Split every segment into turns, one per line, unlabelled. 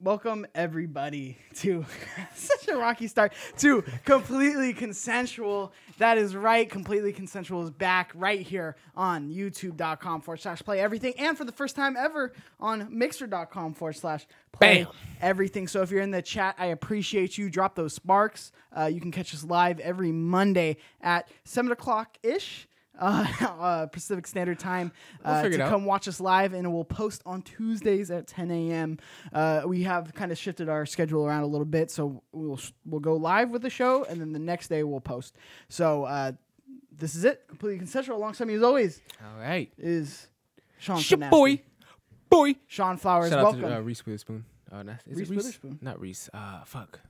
Welcome everybody to such a rocky start to completely consensual. That is right. Completely consensual is back right here on youtube.com forward slash play everything and for the first time ever on mixer.com forward slash play
Bam.
everything. So if you're in the chat, I appreciate you. Drop those sparks. Uh, you can catch us live every Monday at seven o'clock ish. Uh, uh, Pacific Standard Time uh,
figure
to
it out.
come watch us live, and we'll post on Tuesdays at 10 a.m. Uh, we have kind of shifted our schedule around a little bit, so we'll we'll go live with the show, and then the next day we'll post. So uh, this is it, completely consensual. Alongside me, as always,
All right.
is Sean.
Shit,
Finasty.
boy. Boy.
Sean Flowers.
Shout out
Oh, welcome.
to uh, Reese Witherspoon. Uh, not, is
Reese
it Reese
Witherspoon.
Not Reese. Uh, fuck.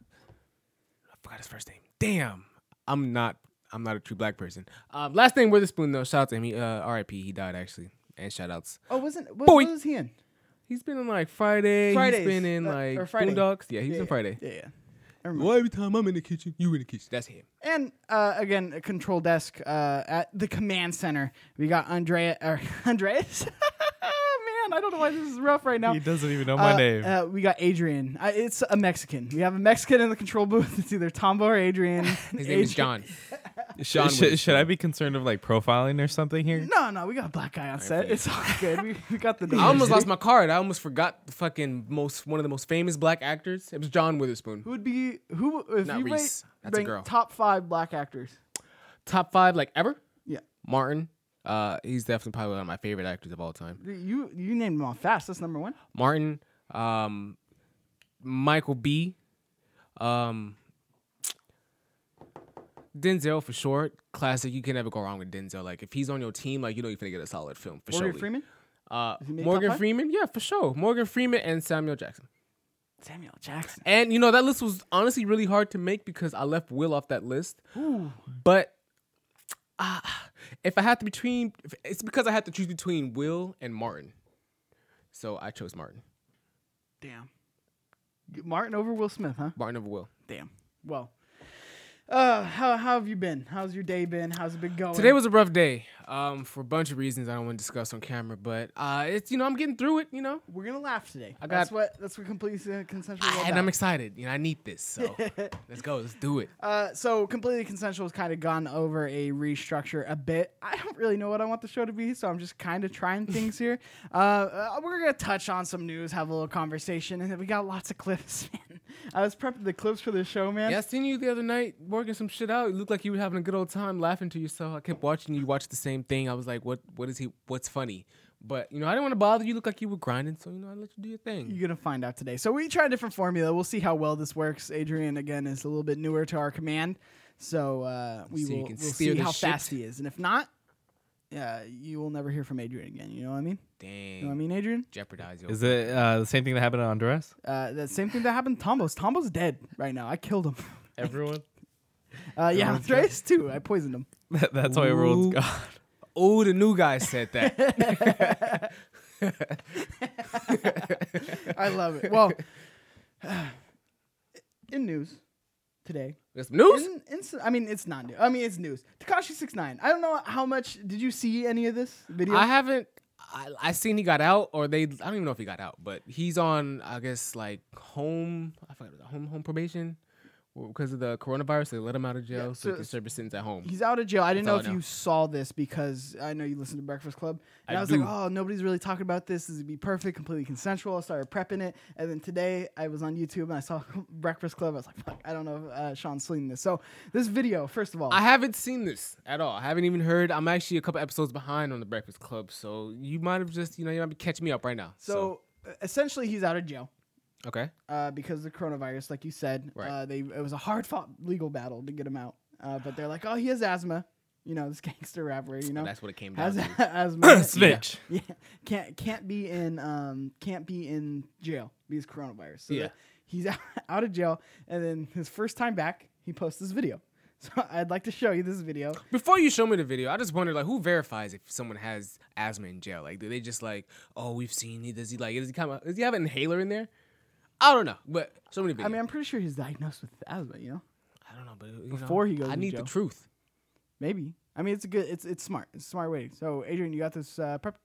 I forgot his first name. Damn. I'm not. I'm not a true black person. Um, last name Witherspoon though. Shout out to him. He, uh, R.I.P. He died actually. And shout outs.
oh, wasn't what,
Boy.
what was he in?
He's been in like Friday.
Fridays,
He's been in
uh,
like
or Friday.
Boondocks. Yeah, he was in Friday.
Yeah. yeah. Never mind.
Well, every time I'm in the kitchen, you in the kitchen. That's him.
And uh, again, a control desk uh, at the command center. We got Andrea or Andreas. Man, I don't know why this is rough right now.
He doesn't even know my
Uh,
name.
uh, we got Adrian. I, it's a Mexican. We have a Mexican in the control booth. It's either Tombo or Adrian.
His name is John. Sean
Sh- sh- should, I be concerned of like profiling or something here?
No, no, we got a black guy on set. It's all good. We, we got the.
I almost lost my card. I almost forgot the fucking most one of the most famous black actors. It was John Witherspoon.
Who would be who? If
Not
you rate-
Reese. That's a
rank
girl.
Top five black actors.
Top five like ever.
Yeah,
Martin. Uh, he's definitely probably one of my favorite actors of all time.
you you named them all fast. That's number one.
Martin, um, Michael B, um, Denzel for short. Classic. You can never go wrong with Denzel. Like if he's on your team, like you know you're gonna get a solid film for
Morgan
sure.
Freeman,
Uh,
he made top
Morgan
five?
Freeman. Yeah, for sure. Morgan Freeman and Samuel Jackson.
Samuel Jackson.
And you know that list was honestly really hard to make because I left Will off that list. But uh, if I had to between, if- it's because I had to choose between Will and Martin. So I chose Martin.
Damn. Martin over Will Smith, huh?
Martin over Will.
Damn. Well, uh, how how have you been? How's your day been? How's it been going?
Today was a rough day um, for a bunch of reasons I don't want to discuss on camera, but uh, it's you know I'm getting through it. You know,
we're gonna laugh today.
I
that's
got-
what that's what completely uh, consensual. is all
and
about.
I'm excited. You know I need this. So let's go. Let's do it.
Uh, so completely consensual has kind of gone over a restructure a bit. I don't really know what I want the show to be, so I'm just kind of trying things here. Uh, uh, we're gonna touch on some news, have a little conversation, and then we got lots of clips. Man, I was prepping the clips for the show, man.
Yeah, I seen you the other night working some shit out. You looked like you were having a good old time laughing to yourself. I kept watching you watch the same thing. I was like, what what is he what's funny? But you know, I didn't want to bother you. You Look like you were grinding, so you know, I let you do your thing.
You're gonna find out today. So we try a different formula. We'll see how well this works. Adrian again is a little bit newer to our command, so uh, we
So you
will
can
we'll
steer
see
the
how
ship.
fast he is. And if not, uh, you will never hear from Adrian again. You know what I mean? You know what I
Dang.
mean, Adrian?
Jeopardize your
Is it uh, the same thing that happened on Honduras?
Uh, that same thing that happened. to Tombo's Tombo's dead right now. I killed him.
Everyone.
Uh, yeah, Andres too. I poisoned him.
That's why everyone's
Ooh.
gone.
Oh, the new guy said that.
I love it. Well, in news today,
Got some news?
in, in, I mean it's not new. I mean it's news. Takashi six nine. I don't know how much. Did you see any of this video?
I haven't I, I seen he got out or they I don't even know if he got out, but he's on I guess like home I forgot home home probation. Well, Because of the coronavirus, they let him out of jail so,
so-
he can serve his sentence at home.
He's out of jail. I didn't know
all I
if
know.
you saw this because I know you listen to Breakfast Club. And I,
I
was
do.
like, oh, nobody's really talking about this. This would be perfect, completely consensual. I started prepping it. And then today I was on YouTube and I saw Breakfast Club. I was like, fuck, I don't know if uh, Sean's seen this. So this video, first of all,
I haven't seen this at all. I haven't even heard. I'm actually a couple episodes behind on the Breakfast Club, so you might have just, you know, you might be catching me up right now. So,
so uh, essentially he's out of jail.
okay,
uh, because of the coronavirus, like you said.
Right.
Uh, they it was a hard fought legal battle to get him out. Uh, but they're like, oh, he has asthma. You know, this gangster rapper. You know,
that's what it came down
has
to.
asthma.
Snitch.
Yeah, can't can't be in um can't be in jail because coronavirus. So
Yeah.
the- he's out, out of jail, and then his first time back, he posts this video. So I'd like to show you this video.
Before you show me the video, I just wonder like who verifies if someone has asthma in jail? Like, do they just like, oh, we've seen he does he like does he come out does he have an inhaler in there? I don't know, but show me the video.
I mean, I'm pretty sure he's diagnosed with asthma. You know,
I don't know, but you
Before
know,
he goes
I
in
need
jail.
the truth.
maybe. I mean, it's a good. It's it's smart. It's a smart way. So Adrian, you got this uh, prep.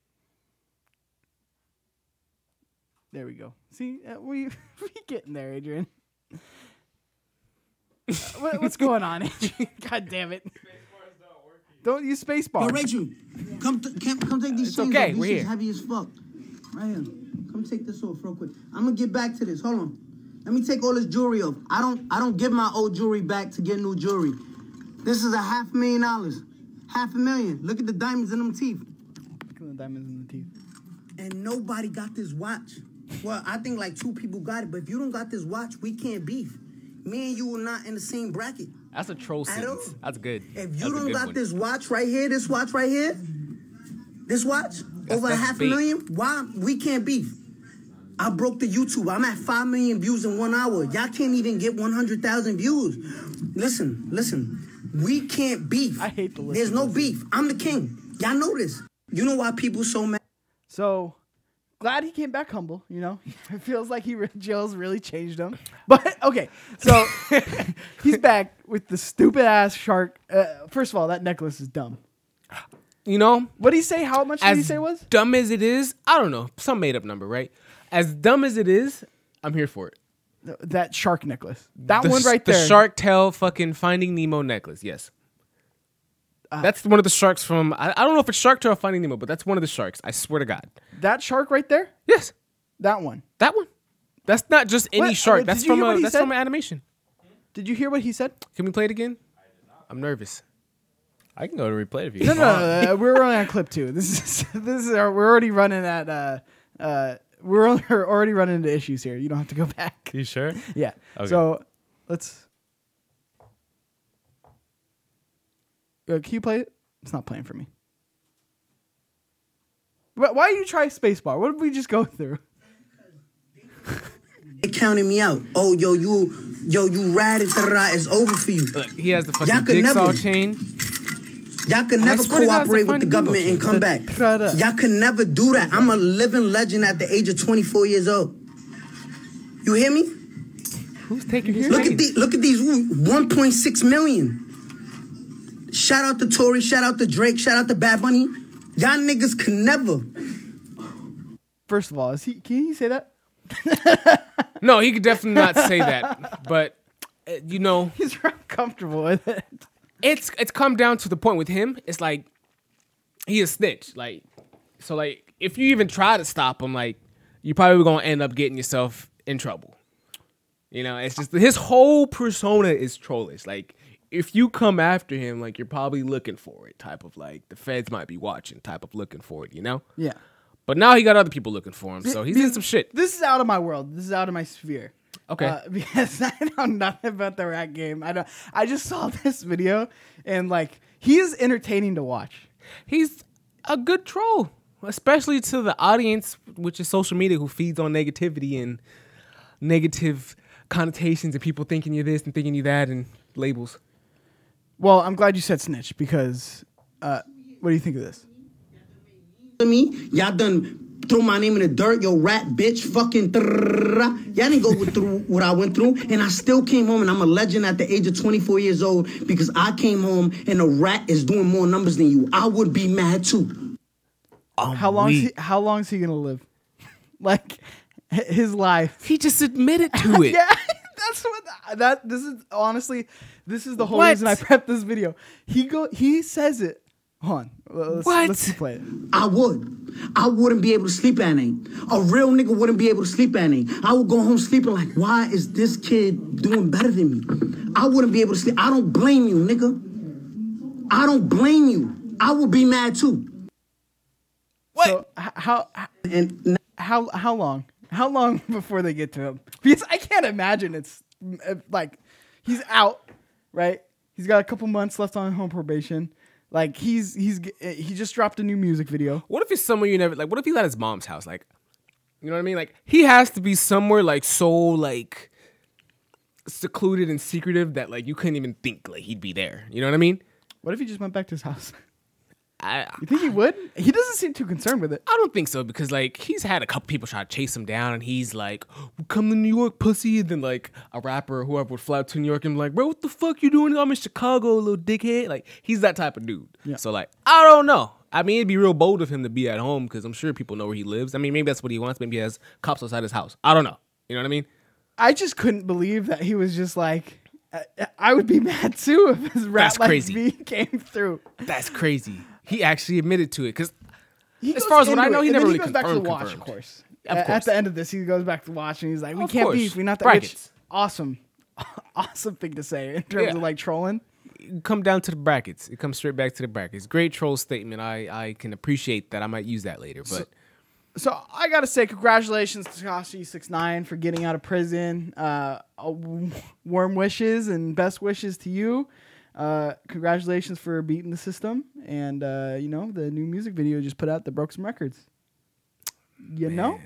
There we go. See, uh, we we getting there, Adrian. Uh, what, what's going on, Adrian? God damn it! Don't use
Yo,
spacebar.
Rachel, come, t- come, come take these
It's
things
okay,
off. This
we're
shit's
here.
heavy as fuck. Right here. Come take this off real quick. I'm gonna get back to this. Hold on. Let me take all this jewelry off. I don't, I don't give my old jewelry back to get new jewelry. This is a half million dollars. Half a million. Look at the diamonds in them teeth.
Look at the diamonds in the teeth.
And nobody got this watch. Well, I think like two people got it, but if you don't got this watch, we can't beef. Me and you are not in the same bracket.
That's a troll
I don't-
sentence. That's good.
If
That's
you
a
don't
good
got
one.
this watch right here, this watch right here, this watch over
that's
a half
big.
a million, why we can't beef? I broke the YouTube. I'm at five million views in one hour. Y'all can't even get one hundred thousand views. Listen, listen, we can't beef.
I hate the listen,
There's no
listen.
beef. I'm the king. Y'all know this. You know why people so mad?
So glad he came back humble. You know, it feels like he re- jails really changed him. But okay, so he's back with the stupid ass shark. Uh, first of all, that necklace is dumb.
you know,
What did he say? How much did he
as
say it was?
dumb as it is, I don't know, some made up number, right? As dumb as it is, I'm here for it.
Th- That shark necklace. That
The
one
sh-
right
the
there.
shark tail fucking Finding Nemo necklace. Yes.
Ah.
that's one of the sharks from. I, I don't know if it's Shark Tail or Finding Nemo, but that's one of the sharks. I swear to God.
That shark right there.
Yes,
That one.
that one. That's not just any
What? Uh,
shark.
Did
That's
you
from
hear what
a,
he
that's
said?
from an animation.
Did you hear what he said?
Can we play it again? I'm nervous.
I can go to replay it if you
No,
want.
no, no, uh, we're running on clip two. This is this is our, we're already running at uh uh we're al- we're already running into issues here. You don't have to go back.
You sure?
Yeah.
Okay.
So let's. Uh, can you play it? It's not playing for me. Why, why you try spacebar? What did we just go through?
They counted me out. Oh, yo, you, yo, you rad it. da-da-da, It's over for you.
Look, he has the
Y'all
fucking
could
jigsaw
never-
chain.
Y'all could never
swear to God, it's a
cooperate with the
finding
government
Nemo
and come back.
Shut up.
Y'all could never do that. I'm a living legend at the age of 24 years old. You hear me?
Who's taking his
Look at
chain?
the, look at these woo- 1.6 million. Shout out to Tory. Shout out to Drake. Shout out to Bad Bunny. Y'all niggas could never.
First of all, is he? Can he say that?
No, he could definitely not say that. But uh, you know,
He's uncomfortable with it.
it's it's come down to the point with him. It's like he a snitch. Like so, like if you even try to stop him, like you probably gonna end up getting yourself in trouble. You know, it's just his whole persona is trollish. Like if you come after him, like you're probably looking for it. Type of like the feds might be watching. Type of looking for it. You know.
Yeah.
But now he got other people looking for him, Um, so he's in some shit.
This is out of my world. This is out of my sphere.
Okay.
Uh, because I know nothing about the rat game. I don't. I just saw this video and like he is entertaining to watch.
he's a good troll, especially to the audience, which is social media, who feeds on negativity and negative connotations and people thinking you're this and thinking you that and labels.
Well, I'm glad you said snitch because uh, what do you think of this?
to me. Y'all done threw my name in the dirt, yo rat bitch, fucking. Y'all didn't go with- through what I went through, and I still came home, and I'm a legend at the age of 24 years old because I came home, and a rat is doing more numbers than you. I would be mad too.
How long? Is he, how long is he gonna live? like h- his life.
He just admitted to it.
Yeah, that's what that. This is honestly, this is the whole
What?
reason I prepped this video. He go. He says it. Hold on. Let's,
What?
Let's play it.
I would. I wouldn't be able to sleep at night. A real nigga wouldn't be able to sleep at night. I would go home sleeping like, why is this kid doing better than me? I wouldn't be able to sleep. I don't blame you, nigga. I don't blame you. I would be mad too.
What?
So h- how h-
And
how how long? How long before they get to him? Because I can't imagine it's mm, uh, like he's out, right? He's got a couple months left on home probation. Like he's he's g- uh, he just dropped a new music video.
what if it's somewhere you never like? What if he's at his mom's house? Like, you know what I mean? Like, he has to be somewhere like so like secluded and secretive that like you couldn't even think like he'd be there. You know what I mean?
What if he just went back to his house?
I
You think he would? He doesn't seem too concerned with it.
I don't think so because like he's had a couple people try to chase him down and he's like, "Come to New York, pussy," and then like a rapper or whoever would fly up to New York and be like, "Bro, what the fuck you doing? I'm in Chicago, little dickhead." Like he's that type of dude. So like I don't know. I mean, it'd be real bold of him to be at home because I'm sure people know where he lives. I mean, maybe that's what he wants. Maybe he has cops outside his house. I don't know. You know what I mean?
I just couldn't believe that he was just like. I- I would be mad too if his rap
That's
like
crazy.
me came through.
That's crazy. He actually admitted to it because
He
As
goes
far as what I
into
know,
it,
he
and
never
then
really
goes back to the
confirmed-
watch, of
confirmed.
course.
Of
A- At
course.
the end of this, he goes back to the watch and he's like, "We
Of
can't
course.
beef. We're not that
Brackets.
Which, awesome, awesome thing to say in terms
Yeah.
of like trolling.
come down to the brackets. It comes straight back to the brackets. Great troll statement. I I can appreciate that. I might use that later. But
So I gotta say, congratulations to Takashi Six Nine for getting out of prison. Uh, uh, w- warm wishes and best wishes to you. Uh, congratulations for beating the system, and uh, you know the new music video you just put out that broke some records. You know,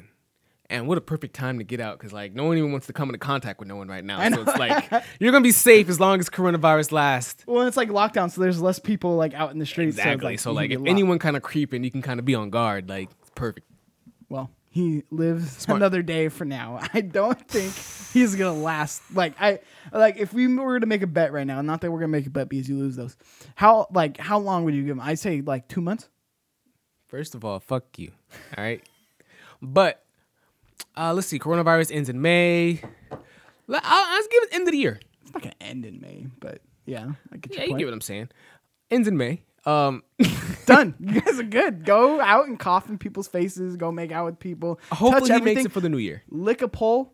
and what a perfect time to get out because like no one even wants to come into contact with no one right now.
I
So
know.
it's like you're gonna be safe as long as coronavirus lasts.
well, it's like lockdown, so there's less people like out in the streets. so it's
Exactly. So
you
like,
can
if
get locked.
anyone kind of creeping, you can kind of be on guard. Like it's perfect.
well, he lives another day for now. I don't think he's gonna last. Like I like if we were to make a bet right now, not that we're gonna make a bet because you lose those. How like how long would you give him? I'd say like two months.
First of all, fuck you. All right. But uh, let's see. Coronavirus ends in May. I'll, I'll just give it end of the year.
It's not gonna end in May, but yeah, I get
Yeah,
your
you
point.
get what I'm saying. Ends in May. Um,
Done. You guys are good. Go out and cough in people's faces. Go make out with people.
hopefully
Touch
he
everything.
makes it for the new year.
Lick a pole.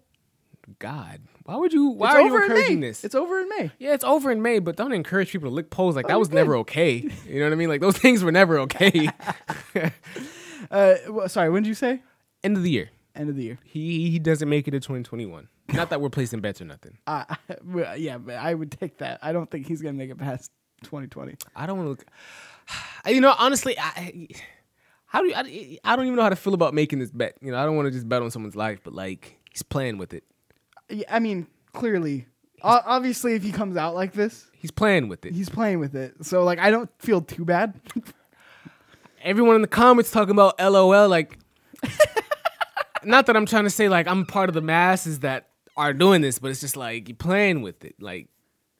God, why would you? Why
It's
are
over
you
in
encouraging
May.
this?
It's over in May.
yeah, it's over in May, but don't encourage people to lick poles. Like that was
good.
never okay. You know what I mean? Like those things were never okay.
Uh, wh- sorry. When did you say?
End of the year.
End of the year.
He he doesn't make it to 2021. Not that we're placing bets or nothing.
Uh, well, yeah, but I would take that. I don't think he's gonna make it past 2020.
I don't want to look. You know, honestly, I how do you, I, I don't even know how to feel about making this bet. You know, I don't want to just bet on someone's life, but like he's playing with it.
Yeah, I mean, clearly, O- obviously, if he comes out like this,
He's playing with it.
he's playing with it. So like, I don't feel too bad.
Everyone in the comments talking about LOL. Like, not that I'm trying to say like I'm part of the masses that are doing this, but it's just like you're playing with it. Like,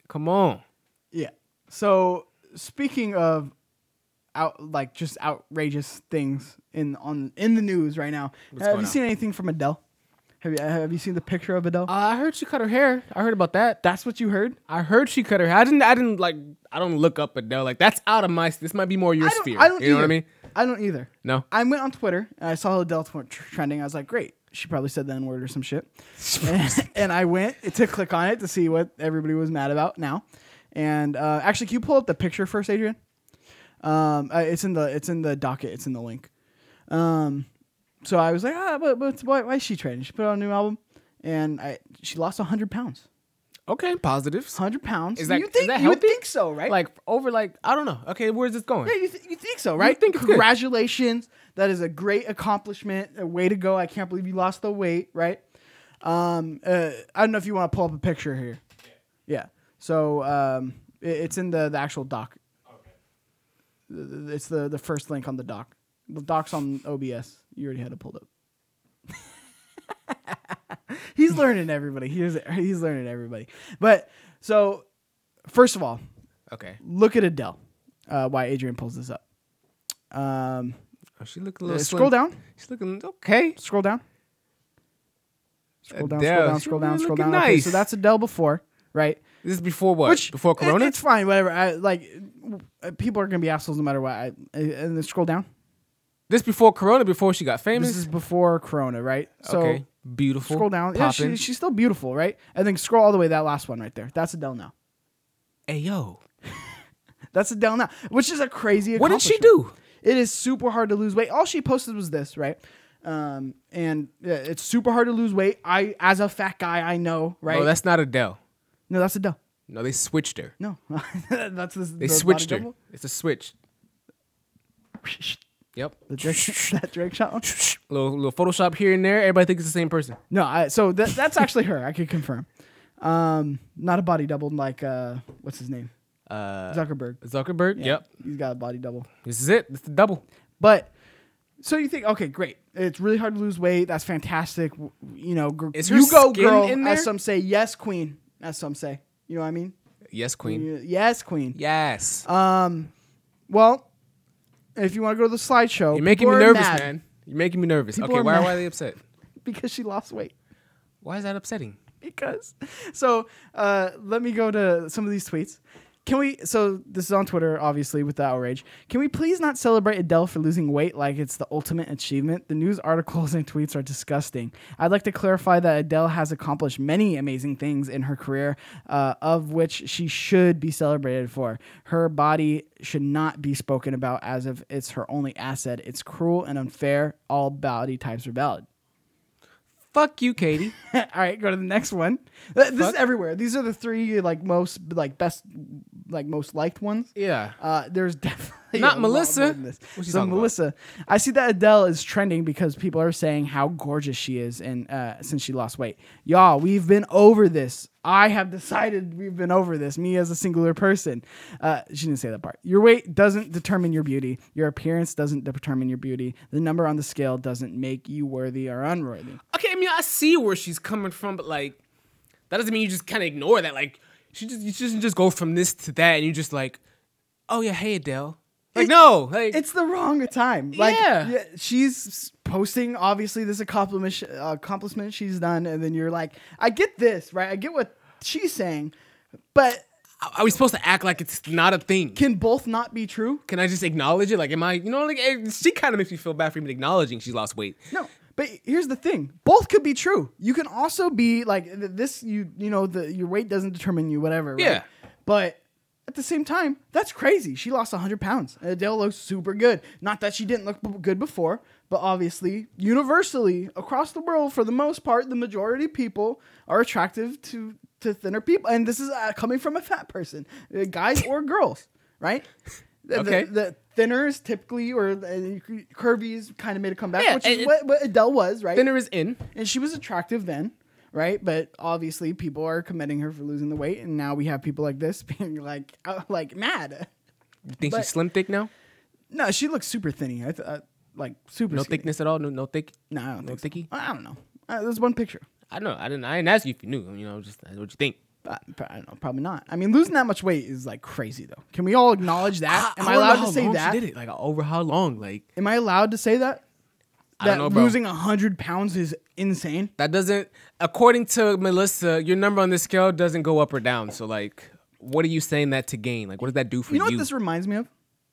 come on.
yeah. So speaking of out like just outrageous things in on in the news right now, have
going
you
on?
seen anything from Adele? Have you have you seen the picture of Adele?
Uh, I heard she cut her hair. I heard about that.
That's what you heard.
I heard she cut her hair. I didn't. I didn't like. I don't look up Adele. Like that's out of my. This might be more your sphere. you know what I
either.
mean?
I don't either.
No.
I went on Twitter and I saw Adele tw- tr- trending. I was like, great. She probably said the N word or some shit. and, and I went to click on it to see what everybody was mad about now. And uh, actually, can you pull up the picture first, Adrian? Um, uh, it's in the it's in the docket. It's in the link. Um, so I was like, ah, but, but why, why is she trending? She put out a new album, and I she lost hundred pounds.
Okay, positives.
Hundred pounds.
Is that-
you
is
think
that
you would
healthy?
think so, right?
Like over. Like I don't know. Okay, where's this going?
Yeah, you, th- you think so, right?
think it's good.
Congratulations. That is a great accomplishment. A way to go. I can't believe you lost the weight, right? Um, uh, I don't know if you want to pull up a picture here. Yeah. So um, i- it's in the, the actual doc. The- the- It's the, the first link on the doc. The doc's on OBS. You already had it pulled up. he's learning everybody. He's, he's learning everybody. But so, first of all,
Okay.
look at Adele. Uh, why Adrian pulls this up? Um, uh,
Oh, she looking a little.
scroll
slim.
down.
She's looking okay.
Scroll down. Scroll down.
Adele, she
Scroll down. Scroll down.
really
Scroll
looking
down. Okay, so
nice.
that's Adele before, right?
This is before what? before
it-
Corona?
it's fine. Whatever. I, like uh, people are gonna be assholes no matter what. I, uh, and then scroll down.
this before Corona, before she got famous.
This is before Corona, right? So
okay. Beautiful.
scroll down. Yeah,
Popping.
she, she's still beautiful, right? And then scroll all the way. That last one right there. That's Adele now.
hey yo.
That's Adele now, which is a crazy.
What did she
accomplishment.
do?
It is super hard to lose weight. All she posted was this, right? Um, and uh, it's super hard to lose weight. I, as a fat guy, I know, right?
Oh, that's not Adele.
no, that's Adele.
No, they switched her.
No, that's this.
They switched her. It's a switch. Yep.
The Drake, that Drake shot. One?
Little little Photoshop here and there. Everybody thinks it's the same person.
No, I, so that, that's actually her. I can confirm. Um, not a body double like uh, what's his name?
Uh,
Zuckerberg.
Zuckerberg.
Yeah,
Yep.
he's got a body double.
This is it. This is the double.
But so you think, okay, great. It's really hard to lose weight. That's fantastic. W- You know, gr-
Is her
you go,
skin
girl.
in there?
As some say, yes, queen. As some say, you know what I mean?
Yes, Queen.
You- Yes, queen.
Yes.
Um, well, if you want to go to the slideshow,
You're making
people
me
are
nervous,
mad
man. You're making me nervous.
People
okay,
are
why,
mad.
why are they upset?
Because she lost weight.
Why is that upsetting?
because so uh, let me go to some of these tweets can we so this is on twitter obviously with the outrage can we please not celebrate adele for losing weight like it's the ultimate achievement the news articles and tweets are disgusting i'd like to clarify that adele has accomplished many amazing things in her career uh, of which she should be celebrated for her body should not be spoken about as if it's her only asset it's cruel and unfair all body types are valid
Fuck you, Katie.
all right, go to the next one. Th- This
Fuck.
is everywhere. These are the three like most like best like most liked ones.
yeah.
Uh, there's definitely
Not
a lot
Melissa.
more than this.
What's she
So
talking about?
Melissa, I see that Adele is trending because people are saying how gorgeous she is, and uh, since she lost weight, y'all, we've been over this. I have decided we've been over this. Me as a singular person, uh, she didn't say that part. Your weight doesn't determine your beauty. Your appearance doesn't determine your beauty. The number on the scale doesn't make you worthy or unworthy.
okay, I mean, I see where she's coming from, but like, that doesn't mean you just kind of ignore that. Like, she just you shouldn't just go from this to that, and you just like, oh yeah, hey Adele. Like, no, like,
it's the wrong time. Like,
Yeah.
yeah, she's posting obviously this accomplishment, uh, accomplishment she's done, and then you're like, I get this, right? I get what she's saying, but
are we supposed to act like it's not a thing? Can,
can both not be true?
I just acknowledge it? Like, am I, you know, like, eh, she kind of makes me feel bad for even acknowledging she's lost weight.
No. But here's the thing: both could be true. You can also be like th- this. You you know the your weight doesn't determine you, whatever. Right?
Yeah.
But at the same time, that's crazy. She lost 100 pounds. Adele looks super good. Not that she didn't look b- good before, but obviously, universally across the world, for the most part, the majority of people are attractive to to thinner people, and this is uh, coming from a fat person, uh, guys or girls, right? The,
Okay.
The, the thinner is typically, or uh, curvy is kind of made a comeback,
Yeah,
which is
and-
what, what Adele was, right?
Dinner is in.
and she was attractive then, right? But obviously, people are commending her for losing the weight, and now we have people like this being like, uh, like mad.
You think
But-
she's slim thick now?
No, she looks super thinny. I th- uh, like super.
No
skinny.
thickness at all. No, no thick.
No, I don't
no
think so.
thicky.
I I don't know. Uh, there's one picture.
I don't know. I didn't. I didn't ask you if you knew. You know, just uh, what you think.
I, I don't know. Probably not. I mean, losing that much weight is like crazy, though. Can we all acknowledge that?
don't
Am I
Ah, know
allowed
how
to say
long
that?
She did it like over how long? Like
Am I allowed to say that?
I
That
don't know, bro.
losing hundred pounds is insane.
That doesn't, according to Melissa, your number on the scale doesn't go up or down. So, like, what are you saying that to gain? Like, what does that do for
You
you?
know what this reminds me of?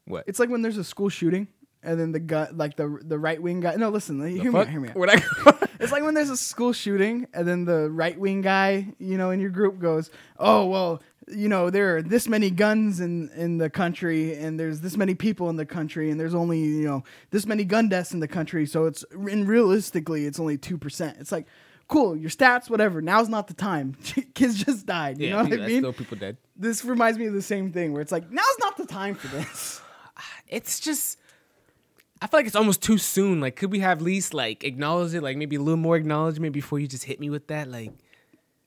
What?
It's like when there's a school shooting and then the gut, like the the right wing guy. No, listen, hear me out.
Fuck?
Hear me out.
What I-
It's like when there's a school shooting and then the right wing guy, you know, in your group goes, "Oh well, you know, there are this many guns in in the country, and there's this many people in the country, and there's only you know this many gun deaths in the country, so it's and realistically it's only two percent." It's like, cool, your stats, whatever. Now's not the time. Kids just died. You
yeah,
know what
that's
I mean?
still people dead.
this reminds me of the same thing where it's like, now's not the time for this.
It's just, I feel like it's almost too soon. Like, could we have at least, like, acknowledge it? Like, maybe a little more acknowledgement before you just hit me with that? Like,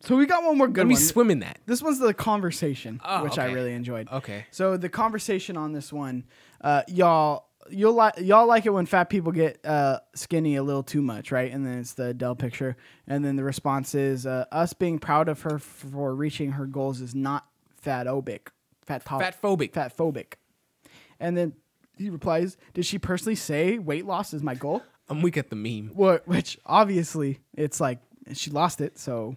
So we got one more good
let me
one.
swim in that.
This one's the conversation,
Oh,
which I
okay.
really enjoyed.
Okay.
So the conversation on this one, uh, y'all, you'll like y'all like it when fat people get uh, skinny a little too much, right? And then it's the Adele picture, and then the response is uh, us being proud of her for reaching her goals is not fatobic, fat
Fatphobic.
fat phobic. And then he replies, "Did she personally say weight loss is my goal?"
I'm weak at the meme.
What, which obviously it's like she lost it, so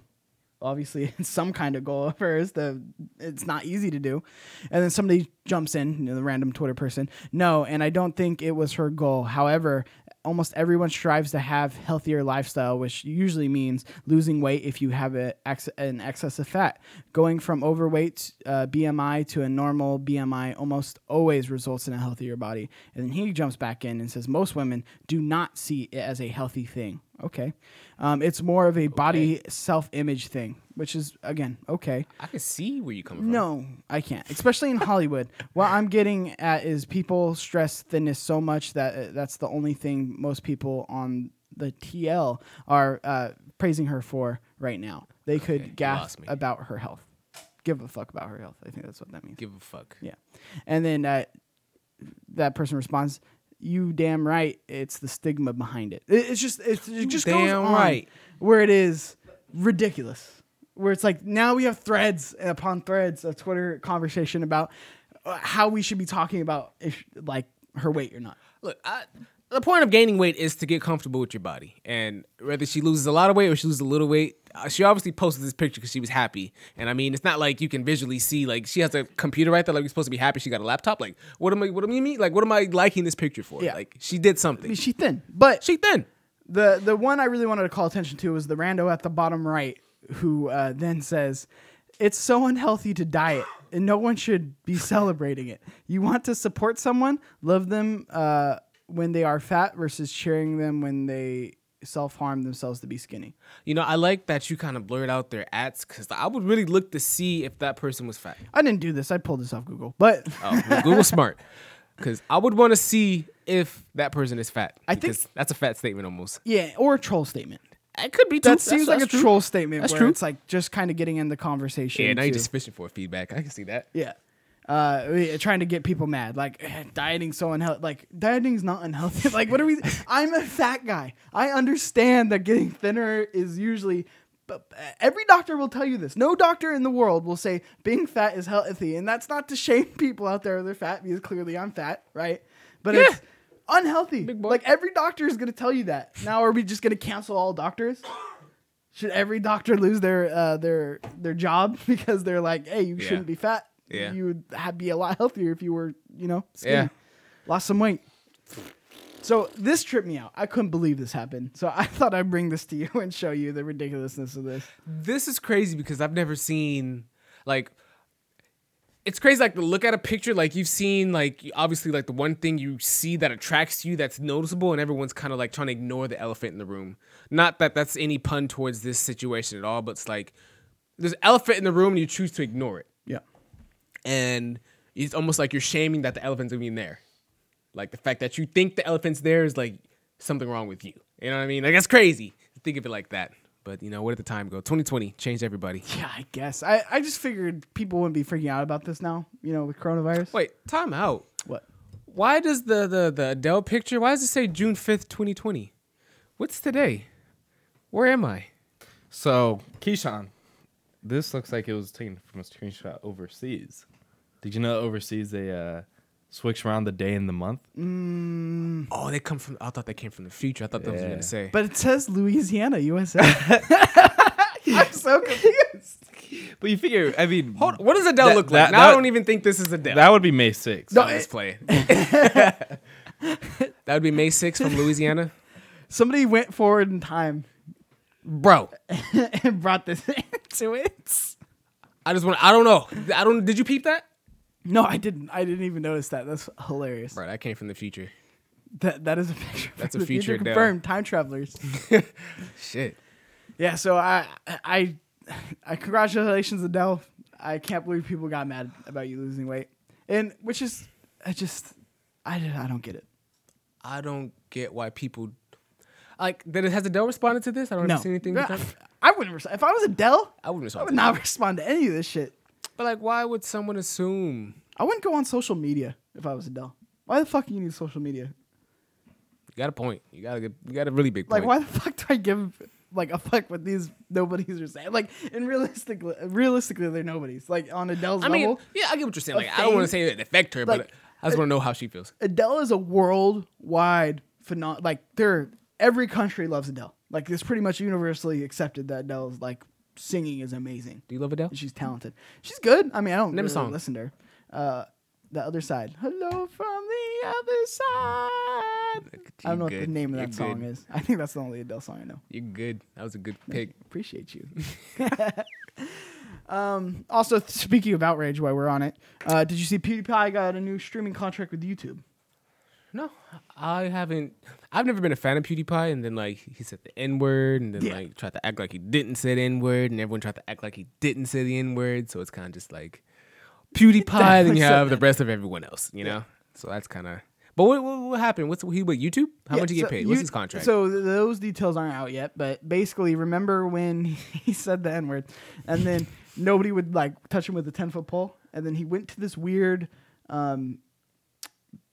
obviously it's some kind of goal of hers. The it's not easy to do, and then somebody jumps in, you know, the random Twitter person. No, and I don't think it was her goal. However, almost everyone strives to have healthier lifestyle, which usually means losing weight if you have a, ex- an excess of fat. Going from overweight uh, BMI to a normal BMI almost always results in a healthier body. And then he jumps back in and says most women do not see it as a healthy thing. Okay. Um, it's more of a body self image thing, which is, again, okay.
I can see where you're coming from.
No, I can't. Especially in Hollywood. what I'm getting at is people stress thinness so much that uh, that's the only thing most people on the TL are uh, praising her for right now. They could gasp
lost me.
about her health. Give a fuck about her health. I think that's what that means.
Give a fuck.
Yeah. And then uh, that person responds, "You damn right. It's the stigma behind it. It- it's just it's, it just goes
damn
on
right.
where it is ridiculous. Where it's like now we have threads upon threads of Twitter conversation about uh, how we should be talking about ish- like her weight or not.
Look, I, the point of gaining weight is to get comfortable with your body, and whether she loses a lot of weight or she loses a little weight, uh, she obviously posted this picture because she was happy. And I mean, it's not like you can visually see like she has a computer right there. Like you're supposed to be happy she got a laptop. Like what am I? What do you mean? Like what am I liking this picture for?
Yeah.
Like she did something.
She's thin, but
She thin.
the the one I really wanted to call attention to was the rando at the bottom right, who uh, then says, "It's so unhealthy to diet, and no one should be celebrating it. You want to support someone, love them uh, when they are fat, versus cheering them when they self harm themselves to be skinny."
You know, I like that you kind of blurred out their ads because I would really look to see if that person was fat.
I didn't do this. I pulled this off Google, but
Oh, well, Google smart. Because I would want to see if that person is fat.
I think-
Because that's a fat statement almost.
yeah, or a troll statement.
It could be.
That seems like a troll statement.
That's
where
true.
It's like just kind of getting in the conversation.
Yeah, now
too.
you're just fishing for feedback. I can see that.
Yeah. Uh, we- trying to get people mad, like eh, dieting so unhealthy. Like dieting's not unhealthy. like what are we? I'm a fat guy. I understand that getting thinner is usually, but eh, every doctor will tell you this. No doctor in the world will say being fat is healthy, and that's not to shame people out there that are fat because clearly I'm fat, right? But it's unhealthy.
Big boy.
Like every doctor is gonna tell you that. Now are we just gonna cancel all doctors? Should every doctor lose their uh, their their job because they're like, hey, you shouldn't be fat.
Yeah.
You would ha- be a lot healthier if you were, you know, skinny.
Yeah.
Lost some weight. So this tripped me out. I couldn't believe this happened. So I thought I'd bring this to you and show you the ridiculousness of this.
This is crazy because I've never seen, like, it's crazy like to look at a picture like you've seen like obviously like the one thing you see that attracts you that's noticeable and everyone's kind of like trying to ignore the elephant in the room not that that's any pun towards this situation at all but it's like there's an elephant in the room and you choose to ignore it
Yeah.
and it's almost like you're shaming that the elephant's even there. Like the fact that you think the elephant's there is like something wrong with you. You know what I mean? Like that's crazy. to Think of it like that. But you know, where did the time go? 2020 changed everybody.
Yeah, I guess. I, I just figured people wouldn't be freaking out about this now, you know, with coronavirus.
Wait, time out.
What?
Why does the the the Adele picture? Why does it say June 5th, 2020? What's today? Where am I?
So, Keyshawn, this looks like it was taken from a screenshot overseas. Did you know overseas they uh, switch around the day and the month?
Mm.
Mm,
Oh, they come from. I thought they came from the future. I thought that was what
Yeah.
you were gonna say.
But it says Louisiana, USA. I'm so confused.
But you figure, I mean,
Hold, what does Adele
That-
look like?
that-
now I
that-
don't even think this is Adele.
that would be May 6th.
No, it's playing. that would be May 6th from Louisiana.
Somebody went forward in time
Bro,
and brought this into it.
I just want I don't know. I don't did you peep that?
No, I didn't. I didn't even notice that. That's hilarious.
Bro, that came from the future.
That that is a picture.
That's
from
a
the future
feature, Dale.
confirmed. Time travelers.
Shit.
yeah. So I I I congratulations Adele. I can't believe people got mad about you losing weight, and which is I just I I don't get it.
I don't get why people like that has Adele responded to this? I don't
No,
ever see anything.
I,
different.
I wouldn't. Res- if I was Adele,
I wouldn't
I
respond.
would not respond to any of this shit.
But like why would someone assume
I wouldn't go on social media if I was Adele. Why the fuck you need social media?
you got a point. You got a good, you got a really big
Like,
point.
why the fuck do I give like a fuck what these nobodies are saying? Like, and realistically, realistically, they're nobodies. Like on Adele's
I mean,
level,
yeah, I get what you're saying.
of
Like I don't want to
fame.
say it affect her,
Like,
but I just want to know how she feels.
Adele is a worldwide phenomenon. Like, there, every country loves Adele. Like, it's pretty much universally accepted that Adele's like singing is amazing.
Do you love Adele?
And she's talented. She's good. I mean, I don't
Name a
really
song.
listen to her. Uh, the other side. Hello from the other side.
Look at
I don't
you,
know what
good.
the name of
You're
that song
good.
is. I think that's the only Adele song I know.
You're good. That was a good pick.
Appreciate you. um, also, th- speaking of outrage, while we're on it, uh, did you see PewDiePie got a new streaming contract with YouTube?
No, I haven't. I've never been a fan of PewDiePie, and then like he said the N word, and then
Yeah.
like tried to act like he didn't say the N word, and everyone tried to act like he didn't say the N word. So it's kind of just like PewDiePie, then
definitely
you
said
have the rest of everyone else, you know. So that's kind of. But what, what what happened? What's he with YouTube? How
Yeah,
much he get
so
paid?
you-
What's his contract?
So th- those details aren't out yet, but basically, remember when he said the N word, and then nobody would like touch him with a ten foot pole, and then he went to this weird um,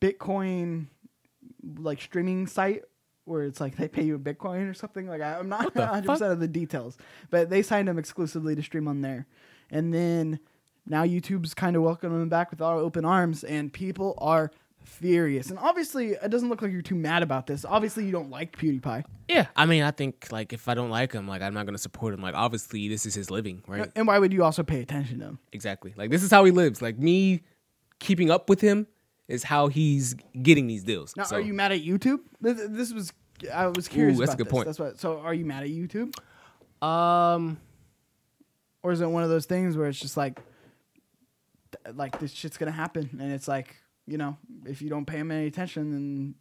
Bitcoin like streaming site where it's like they pay you in Bitcoin or something. Like I, I'm not 100 percent of the details, but they signed him exclusively to stream on there, and then now YouTube's kind of welcoming him back with all open arms, and people are furious. And obviously, it doesn't look like you're too mad about this. Obviously, you don't like PewDiePie.
Yeah, I mean, I think like if I don't like him, like I'm not gonna support him. Like obviously, this is his living, right?
And why would you also pay attention to him?
Exactly. Like this is how he lives. Like me keeping up with him is how he's getting these deals.
Now,
So,
are you mad at YouTube? Th- th- This was I was curious.
Ooh, that's a
about
good
this.
point.
That's what. So, are you mad at YouTube,
Um,
or is it one of those things where it's just like, th- like this shit's gonna happen, and it's like you know, if you don't pay him any attention, then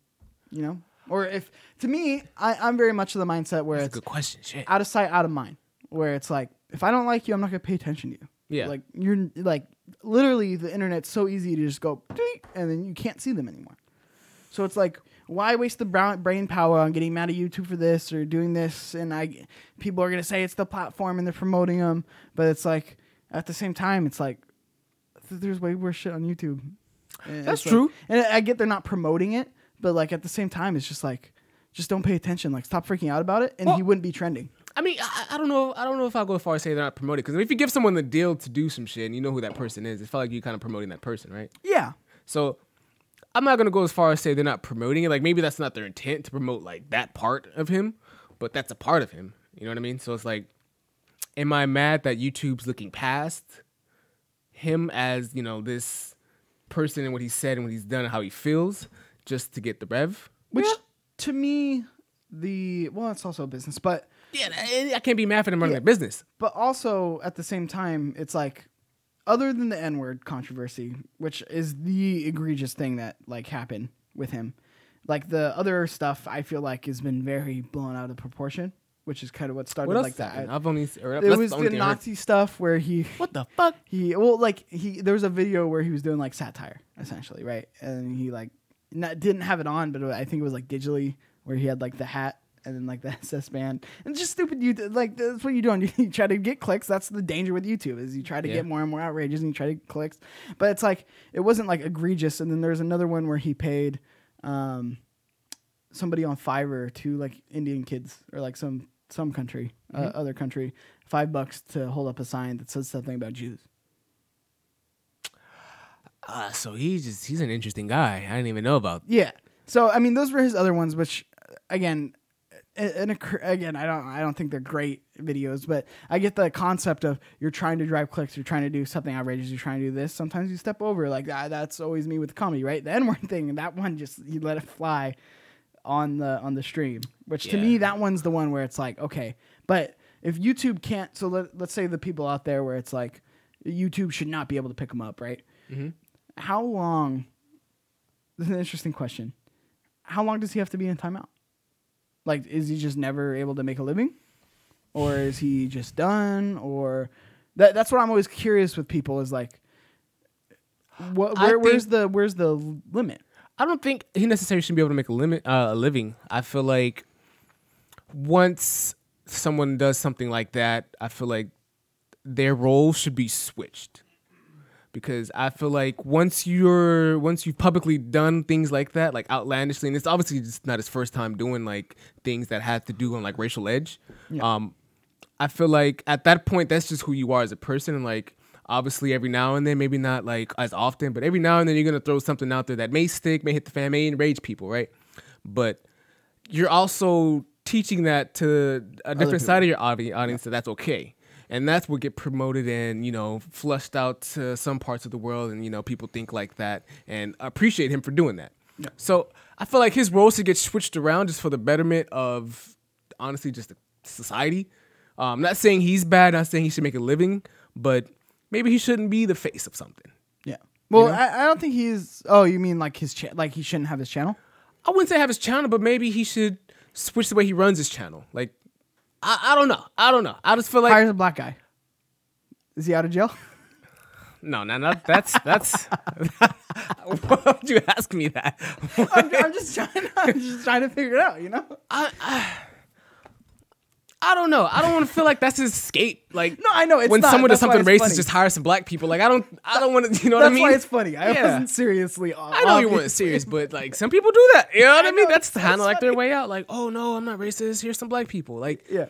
you know, or if to me, I, I'm very much of the mindset where
that's a
it's
good question. Shit.
out of sight, out of mind. Where it's like, if I don't like you, I'm not gonna pay attention to you.
Yeah.
Like you're like literally the internet's so easy to just go "Tweet," and then you can't see them anymore. So it's like, why waste the brown- brain power on getting mad at YouTube for this or doing this? And I, people are gonna say it's the platform and they're promoting them, but it's like at the same time, it's like th- there's way worse shit on YouTube. And
That's
it's like-
true.
and I I get they're not promoting it, but like at the same time, it's just like. Just don't pay attention. Like, stop freaking out about it, and he
Well-
wouldn't be trending.
I mean, I, I don't know. I don't know if I'll go as far as say they're not promoted because if you give someone the deal to do some shit and you know who that person is, it felt like you kind of promoting that person, right?
Yeah.
So I'm not gonna go as far as say they're not promoting it. Like maybe that's not their intent to promote like that part of him, but that's a part of him. You know what I mean? So it's like, am I mad that YouTube's looking past him as you know this person and what he said and what he's done and how he feels just to get the rev?
Which to me, the well, it's also a business, but
Yeah, I- I can't be mad for them running their business.
but also at the same time, it's like other than the N word controversy, which is the egregious thing that like happened with him, like the other stuff I feel like has been very blown out of proportion, which is kind of what started
What else?
like that.
happened? I've only or
it
that's
was
the
the,
only thing I heard.
Nazi stuff where he
What the fuck?
he well like he there was a video where he was doing like satire essentially right and he like not, didn't have it on but i think it was like digitally where he had like the hat and then like the ss band and just stupid you like that's what you're doing you try to get clicks that's the danger with youtube is you try to
Yeah.
get more and more outrageous and you try to get clicks but it's like it wasn't like egregious and then there's another one where he paid um somebody on Fiverr to like Indian kids or like some some country, uh, other country, five bucks to hold up a sign that says something about Jews.
Uh, so he's just he's an interesting guy. I didn't even know about.
Yeah. So I mean, those were his other ones, which again, and again, I don't I don't think they're great videos, but I get the concept of you're trying to drive clicks, you're trying to do something outrageous, you're trying to do this. Sometimes you step over, like ah, that's always me with comedy, right? The N word thing, and that one just he let it fly on the on the stream, which to
Yeah.
me that one's the one where it's like okay, but if YouTube can't, so let, let's say the people out there where it's like YouTube should not be able to pick them up, right? How long? This is an interesting question. How long does he have to be in timeout? Like, is he just never able to make a living, or is he just done? Or that, that's what I'm always curious with people is like, what,
I
where, where's
think-
the where's the limit?
I don't think he necessarily should be able to make a limit uh, a living. I feel like once someone does something like that, I feel like their role should be switched. Because I feel like once you're once you've publicly done things like that, like outlandishly, and it's obviously just not his first time doing like things that have to do on like racial edge. Um, I feel like at that point, that's just who you are as a person. And like, obviously, every now and then, maybe not like as often, but every now and then, you're gonna throw something out there that may stick, may hit the fan, may enrage people, right? But you're also teaching that to a different side of your audi- audience that that's okay. And that's what get promoted and you know flushed out to some parts of the world, and you know people think like that and appreciate him for doing that. So I feel like his roles should get switched around just for the betterment of honestly just the society. Um, not saying he's bad, not saying he should make a living, but maybe he shouldn't be the face of something.
Yeah. Well, I, I don't think he's. Oh, you mean like his cha- like he shouldn't have his channel?
I wouldn't say have his channel, but maybe he should switch the way he runs his channel. Like, I, I don't know. I don't know. I just feel like
Hires a black guy. Is he out of jail?
no, no, no. That's that's. why would you ask me that?
I'm, I'm just trying. I'm just trying to figure it out. You know.
I don't know. I don't want to feel like that's his escape. Like
No, I know, it's
when
not.
someone
That's why
does something
it's
racist,
funny.
just hire some black people. Like I don't. I don't want to. You know
That's
what I mean?
why it's funny. I
Yeah.
wasn't seriously.
I know you weren't serious, but like some people do that. You know what I, mean?
know,
That's
that's
kind of like their
funny.
way out. Like, oh no, I'm not racist. Here's some black people. Like
Yeah.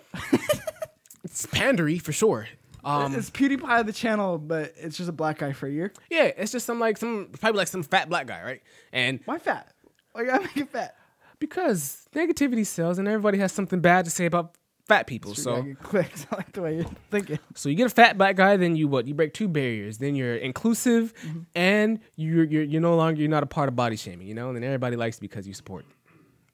it's pandery for sure. Um,
it's PewDiePie of the channel, but it's just a black guy for a year.
yeah, it's just some like some probably like some fat black guy, right? And
Why fat? Why you gotta make it fat?
because negativity sells, and everybody has something bad to say about fat people.
I
So
get clicked. I like the way you're thinking.
so you get a fat black guy, then you what? You break two barriers. Then you're inclusive,
Mm-hmm.
and you're you're you're no longer you're not a part of body shaming, you know. And then everybody likes you because you support.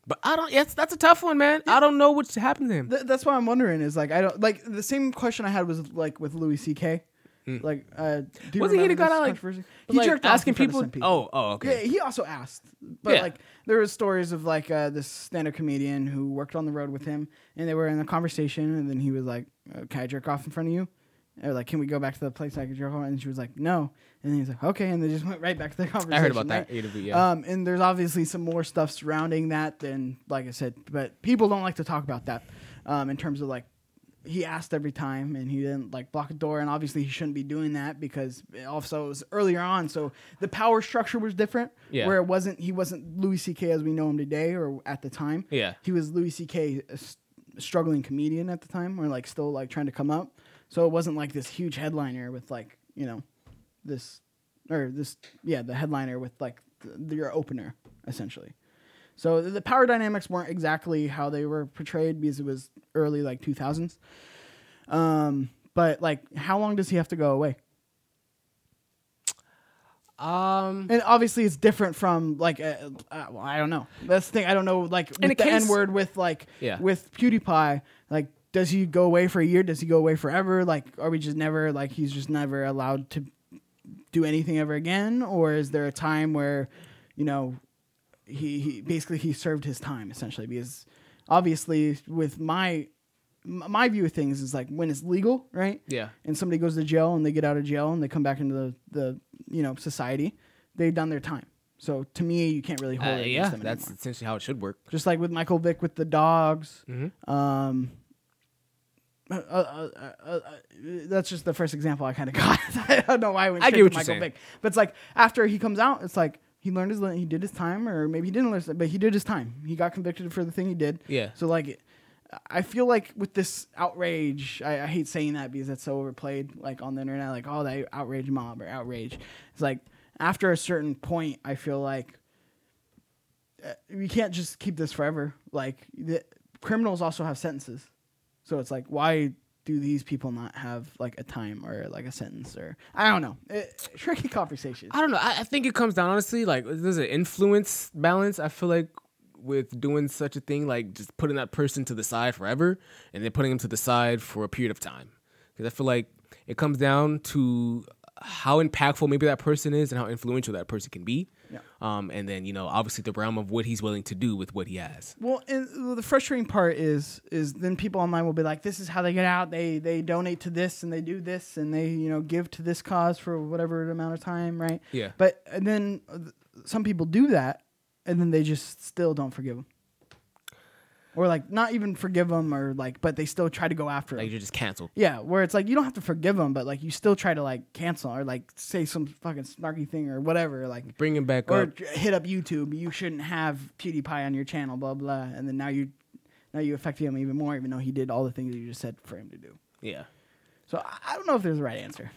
But I don't. Yes, that's a tough one, man. I don't know what's happened to him.
Th- that's why I'm wondering. Is like I don't like the same question I had was like with Louis C.K. Like, uh, do you
Wasn't Hmm. he
remember
the guy
this
that like,
controversy?
he like
jerked off
asking
in front of
people,
some
Oh, oh, okay.
Yeah, he also asked, but
Yeah.
like there were stories of like uh, this stand-up comedian who worked on the road with him, and they were in a conversation, and then he was like, uh, "Can I jerk off in front of you?" Or like, "Can we go back to the place I could jerk off?" And she was like, "No," and then he's like, "Okay," and they just went right back to the conversation.
about that,
right?
AW, yeah.
Um, and there's obviously some more stuff surrounding that than like I said, but people don't like to talk about that um, in terms of like he asked every time and he didn't like block a door and obviously he shouldn't be doing that because also it was earlier on so the power structure was different
Yeah.
where it wasn't he wasn't Louis CK as we know him today or at the time
Yeah.
he was Louis CK a s- struggling comedian at the time or like still like trying to come up so it wasn't like this huge headliner with like you know this or this yeah the headliner with like th- your opener essentially so the, the power dynamics weren't exactly how they were portrayed because it was early like 2000s um but like how long does he have to go away
Um,
and obviously it's different from like uh, uh, well, i don't know that's the thing i don't know like with
In
the
a case-
n word with like
Yeah.
with pewdiepie like does he go away for a year does he go away forever like are we just never like he's just never allowed to do anything ever again or is there a time where you know he, he basically he served his time essentially because obviously with my m- my view of things is like when it's legal right
Yeah.
and somebody goes to jail and they get out of jail and they come back into the, the you know society they've done their time so to me you can't really hold
uh,
it against
yeah,
them
that's
anymore.
essentially how it should work. Mm-hmm.
just like with michael vick with the dogs um uh, uh, uh, uh, uh, that's just the first example I kind of got. I don't know why I went
I
straight
get what
to
you're
Michael
saying.
Vick, but it's like after he comes out, it's like he learned his le- he did his time, or maybe he didn't learn, his- but he did his time. He got convicted for the thing he did.
Yeah.
So like, I feel like with this outrage, I, I hate saying that because that's so overplayed, like on the internet, like oh that outrage mob or outrage. It's like after a certain point, I feel like uh, we can't just keep this forever. Like the criminals also have sentences, so it's like why do these people not have like a time or like a sentence or I don't know. It, tricky conversation.
I don't know. I, I think it comes down honestly, like there's an influence balance. I feel like with doing such a thing, like just putting that person to the side forever, and then putting them to the side for a period of time, because I feel like it comes down to how impactful maybe that person is and how influential that person can be.
Yeah.
Um, and then you know, obviously, the realm of what he's willing to do with what he has.
Well, and the frustrating part is is then people online will be like, "This is how they get out. They they donate to this and they do this and they you know give to this cause for whatever amount of time, right?"
Yeah.
But and then uh, th- some people do that, and then they just still don't forgive them, or like not even forgive them, or like but they still try to go after
Like
them.
you're just canceled.
Yeah, where it's like you don't have to forgive them, but like you still try to like cancel or like say some fucking snarky thing or whatever, like
Bring him back
or
up.
j- hit up YouTube. You shouldn't have PewDiePie on your channel, blah blah. And then now you, now you affect him even more, even though he did all the things you just said for him to do.
Yeah.
So I, I don't know if there's a right answer.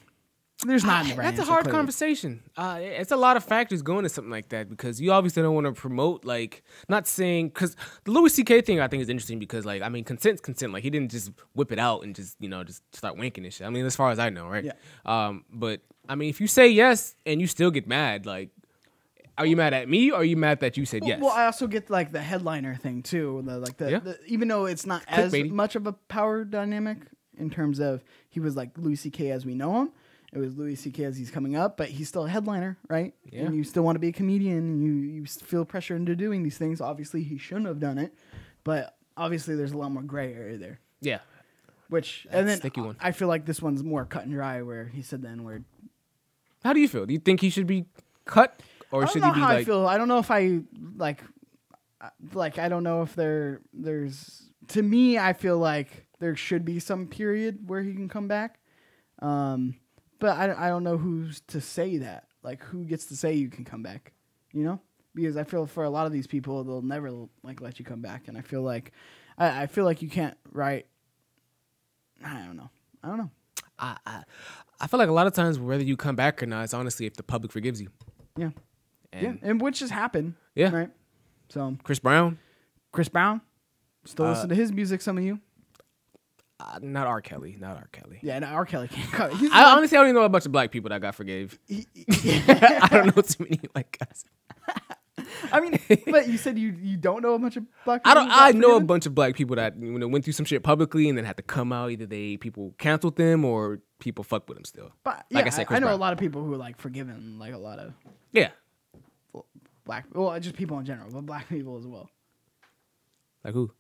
There's not. a right
Ah, that's
answer,
a hard
clearly.
conversation. Uh, it's a lot of factors going to something like that because you obviously don't want to promote like not saying because the Louis C.K. thing I think is interesting because like I mean consent's consent. Like he didn't just whip it out and just you know just start winking and shit. I mean as far as I know, right?
Yeah.
Um, but I mean if you say yes and you still get mad, like are you mad at me or are you mad that you said yes?
Well, I also get like the headliner thing too. The, like the,
Yeah.
the even though it's not as
Clickbaity.
much of a power dynamic in terms of he was like Louis C.K. as we know him. It was Louis C.K. as he's coming up, but he's still a headliner, right?
Yeah.
And you still want to be a comedian, and you you s- feel pressure into doing these things. Obviously, he shouldn't have done it, but obviously, there's a lot more gray area there.
yeah.
Which and then
That's a sticky one.
I feel like this one's more cut and dry, where he said the N word.
How do you feel? Do you think he should be cut or
I don't
should
know
he be
how
like?
I feel. I don't know if I like, I- like I don't know if there there's to me. I feel like there should be some period where he can come back, um, but I don't- I don't know who's to say that. Like who gets to say you can come back? You know, because I feel for a lot of these people they'll never like let you come back, and I feel like I, I feel like you can't write. I don't know. I don't know.
I, I I feel like a lot of times whether you come back or not, it's honestly if the public forgives you.
Yeah.
And
yeah. And which has happened.
Yeah.
Right. So
Chris Brown,
Chris Brown, still listen to his music, some of you.
uh, not R. Kelly, not R. Kelly.
Yeah, no, R. Kelly can't cut. it. He's,
I honestly I don't even know a bunch of black people that got forgave. I don't know too many like guys.
I mean, but you said you you don't know a bunch of black people.
I don't.
who got
I know a
forgiven?
bunch of black people that you know, went through some shit publicly and then had to come out. Either they people canceled them or people fucked with them still.
But yeah,
like
I,
I said,
I
Chris
know a
Brown.
lot of people who are like forgiven, like a lot of
Yeah,
black. Well, just people in general, but black people as well.
like who?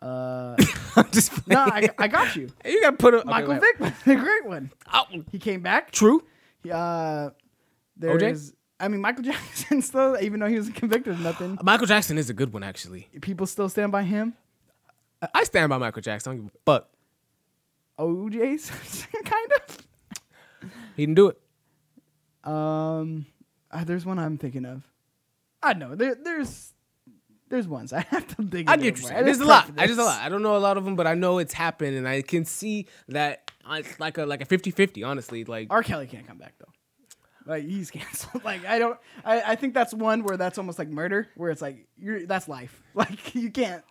Uh,
I'm just
no,
playing.
I, I got you.
you gotta put a
Michael
okay,
Vick was the great one.
Oh,
He came back.
true.
Uh, there
OJ?
is- I mean, Michael Jackson still, even though he was convicted of nothing,
Michael Jackson is a good one actually.
people still stand by him.
I stand by Michael Jackson. I don't give a fuck.
OJ Simpson, kind
He didn't do it.
of. Um, uh, there's one I'm thinking of. I know there, there's there's ones I have to dig.
I
into
get
it
you.
more.
saying.
I
There's a
didn't
lot.
prep for
I just a
this.
lot. I don't know a lot of them, but I know it's happened, and I can see that uh, it's like a like a 50-50, Honestly, like
R. Kelly can't come back though. Like he's canceled. Like I don't. I, I think that's one where that's almost like murder, where it's like you're that's life. Like you can't.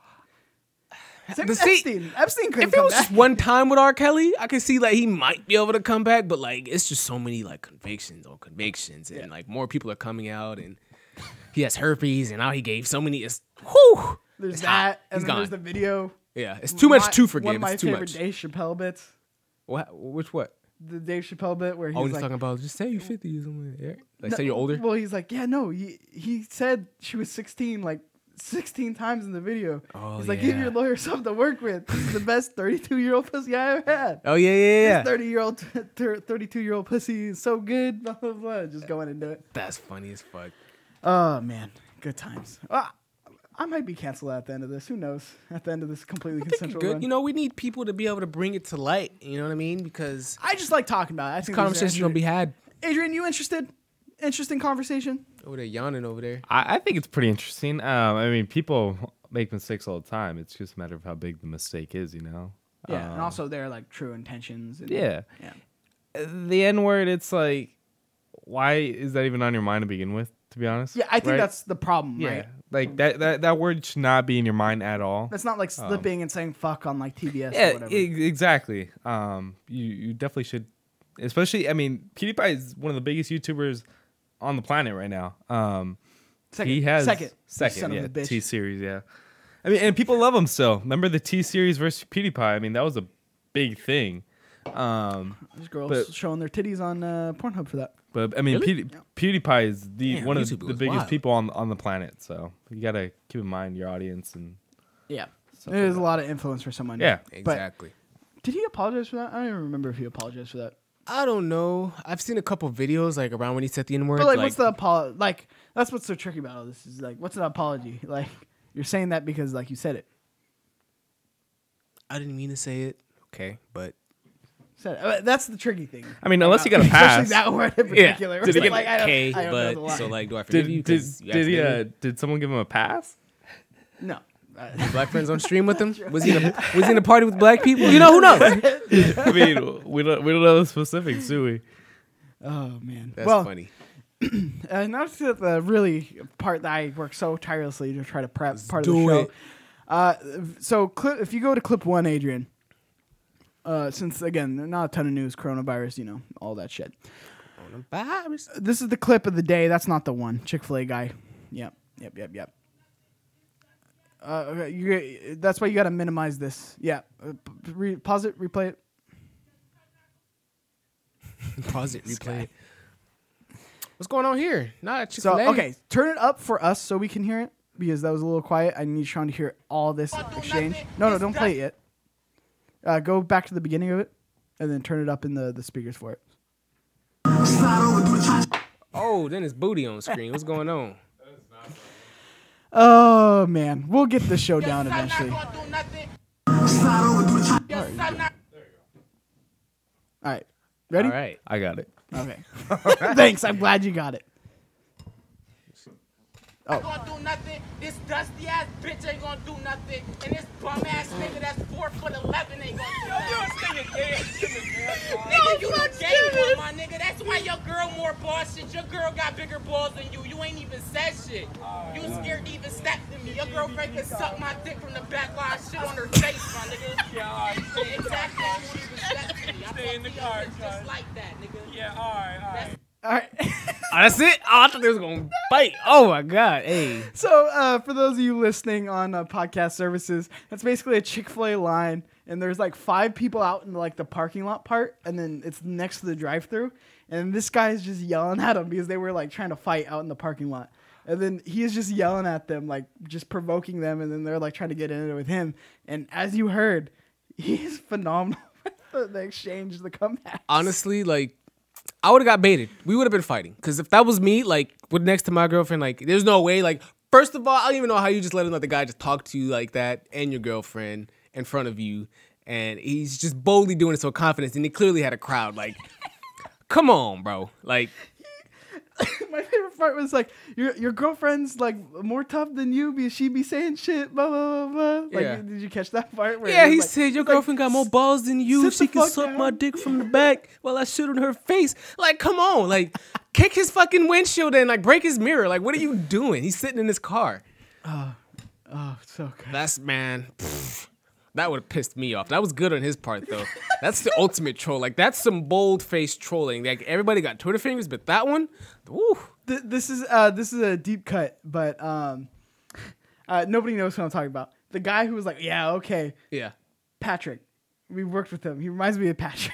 Same
The
with
see-
Epstein. Epstein couldn't
if it
come
was
back.
just one time with R. Kelly, I could see like he might be able to come back, but like it's just so many like convictions on convictions, and like more people are coming out, and he has herpes, and now he gave so many. It's whew,
There's
it's hot.
that, and
He's
then there's
gone.
the video.
yeah, it's too much
My-
to forgive.
One of my
it's too
favorite
much.
Dave Chappelle bits.
What? Which what?
The Dave Chappelle bit where he's
Oh, he's
like,
talking about just say you're fifty or something. Yeah. "Oh." Like
No,
say you're older.
Well, he's like, yeah, no. He, he said she was 16, like 16 times in the video.
Oh,
he's like, give
yeah.
your lawyer something to work with. This is the best 32 year old pussy I ever had.
Oh yeah, yeah, yeah.
This 30 year old, 32 year old pussy is so good. Blah, blah, blah. Just go in and do it.
That's funny as fuck.
Oh, man. Good times. Ah, I might be canceled at the end of this. Who knows? At the end of this completely
I think
consensual
you're good.
run.
You know, we need people to be able to bring it to light. You know what I mean? Because
I just like talking about it. I think these are
conversations gonna be had.
inter- Adrian, you interested? Interesting conversation.
Oh, they're yawning over there.
I, I think it's pretty interesting. Um, I mean, people make mistakes all the time. It's just a matter of how big the mistake is, you know.
Yeah, and
Uh,
Um,
also their like true intentions. And,
yeah.
yeah.
The N word. It's like, why is that even on your mind to begin with? To be honest.
Yeah, I think
Right?
that's the problem,
yeah.
right?
Like that, that that word should not be in your mind at all. Um,
That's not like slipping and saying fuck on like TBS or
Yeah,
whatever.
e- exactly. Um, you you definitely should, especially. I mean, PewDiePie is one of the biggest YouTubers on the planet right now. Um,
Second.
he has
Second. You
second,
son of
yeah,
a bitch.
T series, yeah. I mean, and people love him still. Remember the T series versus PewDiePie? I mean, that was a big thing. Um,
There's girls
but-
showing their titties on uh, Pornhub for that.
but I mean, Pewdie- PewDiePie is the
Damn,
one of the,
YouTube
the
was
biggest
wild.
people on on the planet. So you gotta keep in mind your audience and
Yeah.
stuff
There's
like
a lot of influence for someone.
Yeah.
Exactly.
But did he apologize for that? I don't even remember if he apologized for that.
I don't know. I've seen a couple videos like around when he said the N word.
But like, what's the apology? Like, that's what's so tricky about all this is like, what's an apology? Like, you're saying that because like you said it.
I didn't mean to say it. Okay, but
Said it. Uh, That's the tricky thing.
I mean, unless you got a
Especially
pass.
that word in
yeah,
particular.
did he
It's
get
like, I don't-
okay?
I don't know the
But
line.
so like, do I forgive
Did
you?
did
'Cause you
did, he,
accidentally-
uh, did someone give him a pass?
no. Uh,
black friends on stream with him? Was he in a, was he in a party with black people? You know who knows?
I mean, we don't we don't know the specifics, do we?
oh man.
That's
well,
funny.
Uh, now to the really part that I work so tirelessly to try to prep part of
do
the show.
it.
Uh, so clip if you go to clip one, Adrian. Uh, since again, not a ton of news, coronavirus, you know, all that shit.
Virus.
This is the clip of the day. That's not the one. Chick Fil A guy. Yep, yep, yep, yep. Uh, okay, you, that's why you got to minimize this. Yeah, uh, p- p- re- pause it, replay it.
Pause it. Replay it. What's going on here? Not chick
So okay, turn it up for us so we can hear it because that was a little quiet. I need Sean to hear all this exchange. No, no, don't play it yet. Uh, go back to the beginning of it, and then turn it up in the the speakers for it.
Oh, then it's booty on screen. What's going on?
Oh man, we'll get this show down eventually. All right, ready?
All right.
I got it.
Okay. Thanks. I'm glad you got it.
I ain't gonna do nothing. This dusty ass bitch ain't gonna do nothing. And this bum ass nigga that's four foot eleven ain't gonna do nothing. nigga, you the gay one, my nigga. That's why your girl more boss shit. Your girl got bigger balls than you. You ain't even said shit. You scared to even step to me. Your girlfriend can suck my dick from the back line, shit on her face, my nigga. Yeah, alright. Exactly. You won't even step to me. I Stay in the car, just like that, nigga. Yeah, alright, alright.
All right.
Oh, that's it. Oh, I thought they was gonna bite. Oh my god. Hey.
so, uh, for those of you listening on uh, podcast services, that's basically a Chick Fil A line, and there's like five people out in like the parking lot part, and then it's next to the drive-through, and this guy is just yelling at them because they were like trying to fight out in the parking lot, and then he is just yelling at them, like just provoking them, and then they're like trying to get in it with him, and as you heard, he is phenomenal. with the exchange, the comeback.
honestly, like, I would have got baited. We would have been fighting. Because if that was me, like, with next to my girlfriend, like, there's no way. Like, first of all, I don't even know how you just let another guy just talk to you like that and your girlfriend in front of you. And he's just boldly doing it so confidence. And he clearly had a crowd. Like, come on, bro. Like,
My favorite part was like your your girlfriend's like more tough than you because she be saying shit blah blah blah. blah. Like,
Yeah.
did you catch that part? Where
yeah,
it
he
was like-
said your girlfriend got more balls than you.
sit
She
the
can
fuck
suck my
down."
dick from the back while I shoot in her face. Like, come on. Like, kick his fucking windshield and, like, break his mirror. Like, what are you doing? He's sitting in his car.
"Oh, it's so good."
That's man. pfft, that would have pissed me off. That was good on his part though. That's the ultimate troll. Like that's some bold faced trolling. Like everybody got Twitter fingers, but that one, woo.
Th- this is uh this is a deep cut, but um, uh, nobody knows what I'm talking about. The guy who was like, "Yeah, okay,
Yeah.
Patrick." We worked with him. He reminds me of Patrick.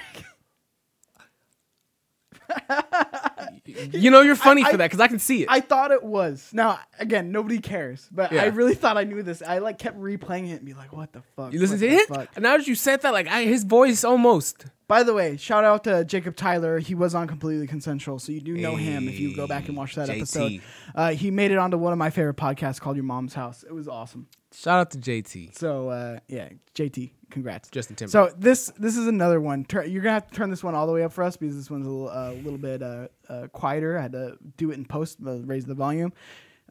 You know you're funny
I-
for that because I can see it.
I thought it was. Now, again, nobody cares, but I
Yeah.
really thought I knew this. I like kept replaying it and be like, "What the fuck?"
you listen
What
to
the
it.
fuck?"
Now that you said that, like I, his voice almost.
By the way, shout out to Jacob Tyler. He was on Completely Consensual, so you do know him if you go back and watch that
Hey, JT.
episode. Uh, he made it onto one of my favorite podcasts called Your Mom's House. It was awesome.
Shout out to JT.
So uh, yeah, JT, congrats,
Justin Timberlake.
So this this is another one. Tur- You're gonna have to turn this one all the way up for us because this one's a little, uh, little bit uh, uh, quieter. I had to do it in post, uh, raise the volume.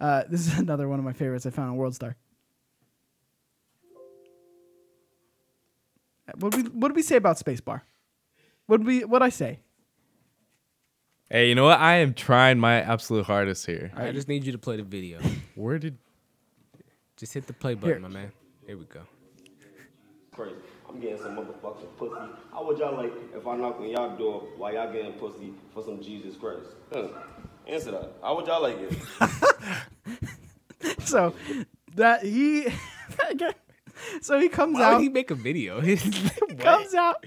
Uh, this is another one of my favorites I found on World Star. What did we what did we say about Spacebar? What we what I say?
Hey, you know what? I am trying my absolute hardest here.
I just need you to play the video.
Where did
Just hit the play button,
Here.
my man. Here we go.
crazy. I'm getting some motherfucking pussy. I would y'all like if I knock on y'all door while y'all getting pussy for some Jesus Christ? Huh. Answer that. How would y'all like it?
So that he again. So he comes
Why
out.
would he make a video?
comes out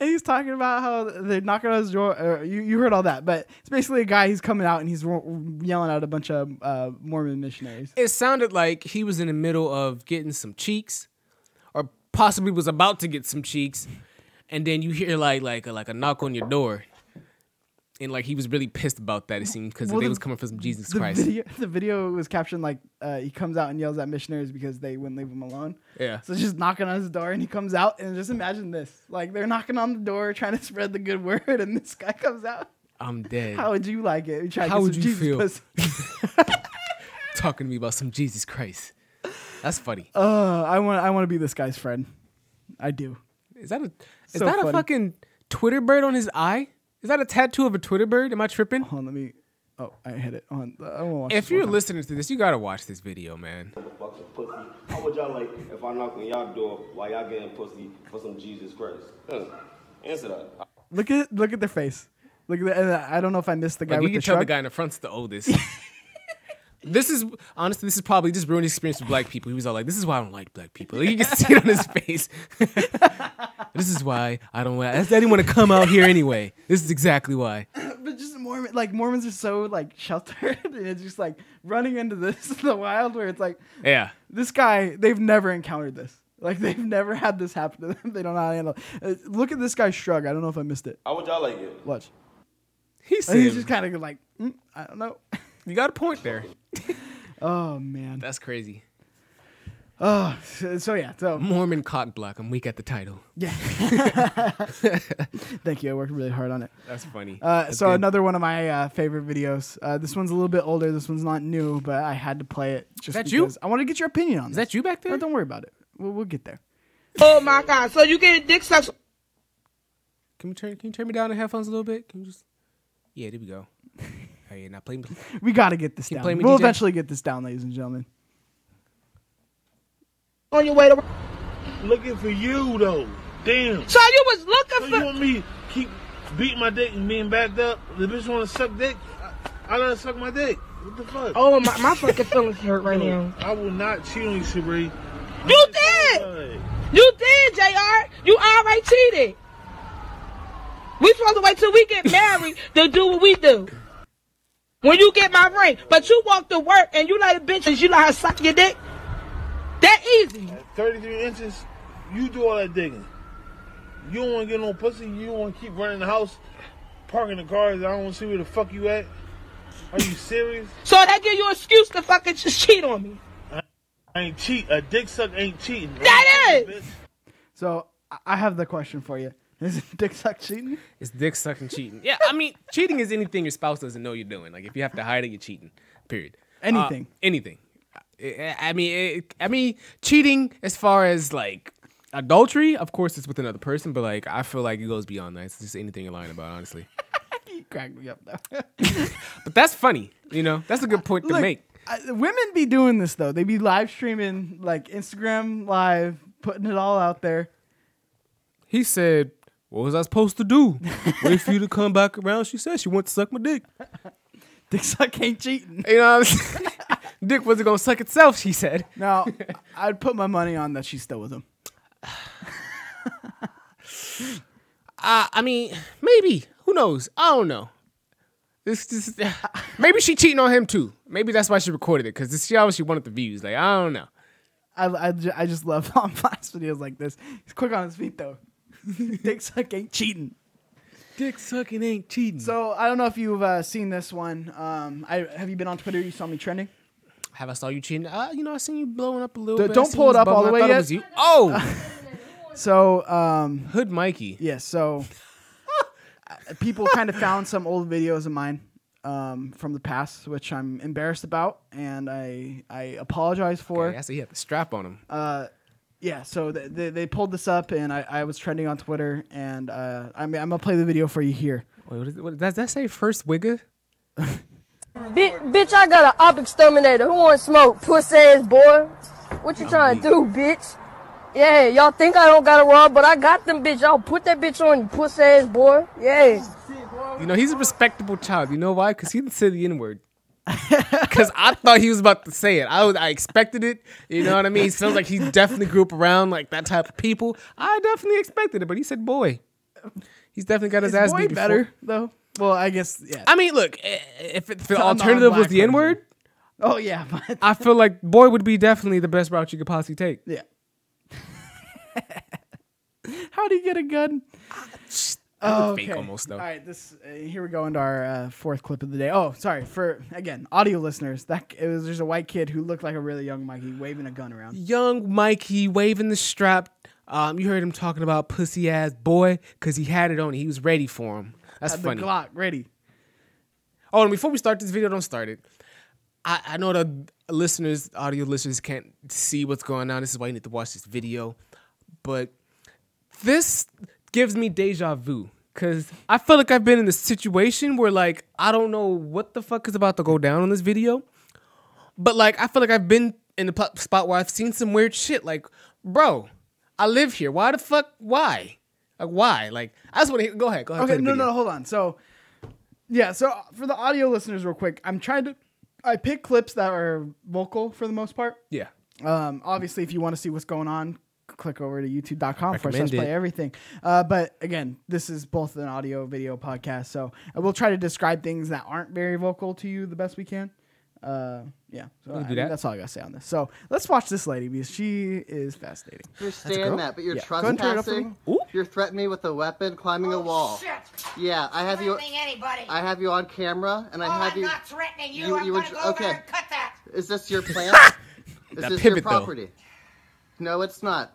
and he's talking about how they're knocking on his door. Or uh, you, you heard all that, but it's basically a guy. He's coming out and he's ro- yelling at a bunch of uh, Mormon missionaries.
it sounded like he was in the middle of getting some cheeks, or possibly was about to get some cheeks, and then you hear like like a, like a knock on your door, and like he was really pissed about that. It seemed because
Well,
they
the-
was coming for some Jesus
The
Christ.
video, the video was captioned like uh, he comes out and yells at missionaries because they wouldn't leave him alone.
Yeah.
So just knocking on his door and he comes out and just imagine this. Like they're knocking on the door trying to spread the good word and this guy comes out.
I'm dead.
How would you like it? You try to
How
get
would
some
you
Jesus
feel?
pussy.
Talking to me about some Jesus Christ. That's funny.
Uh, I want I want to be this guy's friend. I do.
Is that a is
so
that
funny.
a fucking Twitter bird on his eye? Is that a tattoo of a Twitter bird? Am I tripping?
Hold on, let me. Oh, I hit it. Hold on. I wanna watch
If
this one
you're
time.
listening to this, you gotta watch this video, man.
Motherfucking pussy. How would y'all like if I knock on y'all door while y'all getting pussy for some Jesus Christ? Huh. Answer that.
Look at look at their face. Look at the, and I don't know if I missed the guy
Like you
with
can
the
tell the
shrug.
guy in the front's the oldest. this is honestly, this is probably just ruined his experience with black people. He was all like, "This is why I don't like black people." Like you can see it on his face. this is why I don't want. I didn't want to come out here anyway. This is exactly why.
But just Mormon, like Mormons are so like sheltered, and it's just like running into this in the wild where it's like
Yeah,
this guy they've never encountered this. Like they've never had this happen to them. They don't know how to handle. It. Uh, Look at this guy shrug. I don't know if I missed it.
How would y'all like it?
Watch.
he
And
said,
he's just kind of like, "Mm, I don't know.
"You got a point there."
Oh man.
That's crazy.
Oh, so, so yeah. So
Mormon cock block. I'm weak at the title.
yeah. Thank you. I worked really hard on it.
That's funny.
Uh, so another one of my uh, favorite videos. Uh, this one's a little bit older. This one's not new, but I had to play it just
that you?
because I want to get your opinion on
Is that you back there?
But don't worry about it. We'll, we'll get there.
Oh my god. So you get a dick sucks.
Can you turn? Can you turn me down the headphones a little bit? Can you just? Yeah, there we go. Oh yeah, now play me.
We got to get this
Can you
down.
play me,
We'll
DJ?
eventually get this down, ladies and gentlemen.
on your way to work.
Looking for you though. Damn.
So you was looking
So you
for
want me to keep beating my dick and being backed up? The bitch want to suck dick? I, I let her suck my dick. What the fuck?
Oh my, my fucking feelings hurt right now.
I will not cheat on you, Shabri.
You did! You did, JR! You already cheated. We supposed to wait till we get married to do what we do. When you get my ring. But you walk to work and you like a bitch and you like her suck your dick. That easy.
33 inches, you do all that digging. You don't want to get no pussy. You don't want to keep running the house, parking the cars. I don't want to see where the fuck you at. Are you serious?
So that give you an excuse to fucking just cheat on me.
I ain't cheat. A dick suck ain't cheating. bro.
That is!
Bitch.
So I- I have the question for you. Is dick suck cheating?
It's dick sucking cheating. Yeah, I mean, cheating is anything your spouse doesn't know you're doing. Like if you have to hide it, you're cheating. Period. Uh,
Anything.
anything. I, I mean, it, I mean, cheating as far as like adultery, of course, it's with another person, but like I feel like it goes beyond that. It's just anything you're lying about, honestly.
You cracked me up though.
But that's funny. You know, that's a good point to
Look,
make.
I, women be doing this though. They be live streaming like Instagram live, putting it all out there.
He said, "What was I supposed to do? Wait for you to come back around?" She said she wants to suck my dick.
Dick suck ain't cheating.
You know, what I'm saying? dick wasn't gonna suck itself. She said.
Now, I'd put my money on that she's still with him.
Uh, I mean, maybe. Who knows? I don't know. This, this, maybe she cheating on him too. Maybe that's why she recorded it because she obviously wanted the views. Like I don't know.
I, I, ju- I just love on flash videos like this. He's quick on his feet though. Dick suck ain't cheating.
Dick sucking ain't cheating. So
So I don't know if you've uh, seen this one. Um, I have you been on Twitter? You saw me trending.
have I saw you cheating? Uh, you know I seen you blowing up a little.
D-
bit. I
don't
seen
pull
you
it up
bubbling.
all the
I
way
thought it
yet.
was you. Oh,
So um,
Hood Mikey.
yeah, so uh, people kind of found some old videos of mine um, from the past, which I'm embarrassed about, and I I apologize for. Uh,
Yeah, I see he had the strap on him.
Yeah, so th- they, they pulled this up, and I, I was trending on Twitter, and uh, I mean, I'm gonna play the video for you here.
Wait, what is, what, does that say first wigger?
Bi- bitch, I got an op exterminator. Who wants smoke? Puss ass boy. What you trying to do, bitch? Yeah, y'all think I don't got to rob, but I got them, bitch. Y'all put that bitch on, you puss ass boy. Yeah.
You know, he's a respectable child. You know why? Because he didn't say the N word. Because I thought he was about to say it. I was, I expected it. You know what I mean? It sounds like he definitely grew up around like that type of people. I definitely expected it, but he said boy. He's definitely got his
Is
ass
boy
beat before.
better though? Well, I guess yeah.
I mean, look, eh, if, it, if the
To a
alternative was
non-black
the N word,
oh yeah, but
I feel like boy would be definitely the best route you could possibly take.
yeah. How do you get a gun?
Oh, Fake almost though.
All right, this uh, here we go into our uh, fourth clip of the day. Oh, sorry for again audio listeners. That it was there's a white kid who looked like a really young Mikey waving a gun around.
young Mikey waving the strap. Um, you heard him talking about pussy ass boy because he had it on. He was ready for him. That's
Had the
funny.
Glock ready.
Oh, and before we start this video, don't start it. I, I know the listeners, audio listeners, can't see what's going on. This is why you need to watch this video. But this gives me deja vu because I feel like I've been in a situation where, like, I don't know what the fuck is about to go down on this video. But, like, I feel like I've been in the pl- spot where I've seen some weird shit. Like, bro, I live here. Why the fuck? Why? Like, why? Like, I just want to go ahead. Go ahead. play
Okay,
the
no,
video.
no, hold on. So, yeah, so uh, for the audio listeners, real quick, I'm trying to, I pick clips that are vocal for the most part.
Yeah.
Um, obviously, if you want to see what's going on, click over to youtube.com for slash
Recommend
play
it.
everything. Uh, but again, this is both an audio video podcast, so I will try to describe things that aren't very vocal to you the best we can. Uh, yeah, so I
do
mean,
that.
that's all I gotta say on this. So let's watch this lady because she is fascinating.
understand that, but you're
Yeah. Go ahead and turn it up for
trespassing.
me. Ooh.
If you're threatening me with a weapon, climbing
Oh,
a wall. Yeah, I have you.
threatening anybody.
I have you on camera, and I
oh,
have
I'm
you.
not threatening you.
you-
I'm
you
gonna
would-
go over
okay.
there and cut that.
Is this your plan? Is this your
pivot, though.
property? No, it's not.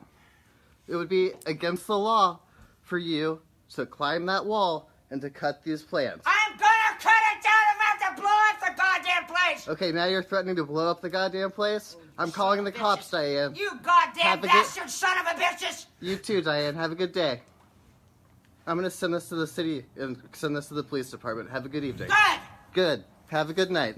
It would be against the law for you to climb that wall and to cut these plants.
I'm gonna cut it down and have to blow up the goddamn place.
Okay, now you're threatening to blow up the goddamn place? I'm calling the cops, Diane.
You goddamn
Uh, Have a good-
bastard son of a bitches.
You too, Diane. Have a good day. I'm gonna send this to the city and send this to the police department. Have a good evening.
Good.
Good. Have a good night.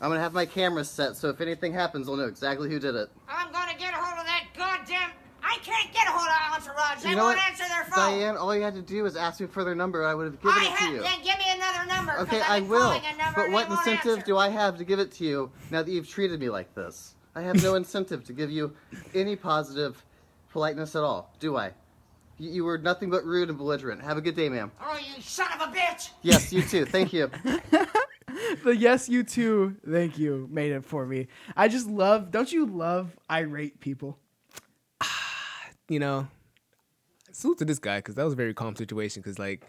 I'm gonna have my camera set so if anything happens, I'll know exactly who did it.
I'm gonna get a hold of that goddamn. I can't get a hold of Entourage. They
You know
won't
what?
answer their phone.
Diane, all you had to do was ask me for their number. I would have given
I
it to
have.
you.
Then give me another number. 'cause
Okay,
I've
I
been
will.
calling a number
But
and
what
they won't
incentive
answer.
do I have to give it to you now that you've treated me like this? I have no incentive to give you any positive politeness at all, do I? You, you were nothing but rude and belligerent. Have a good day, ma'am.
Oh, you son of a bitch!
Yes, you too. Thank you.
the yes you too thank you made it for me i just love don't you love irate people
you know, salute to this guy because that was a very calm situation. Because like,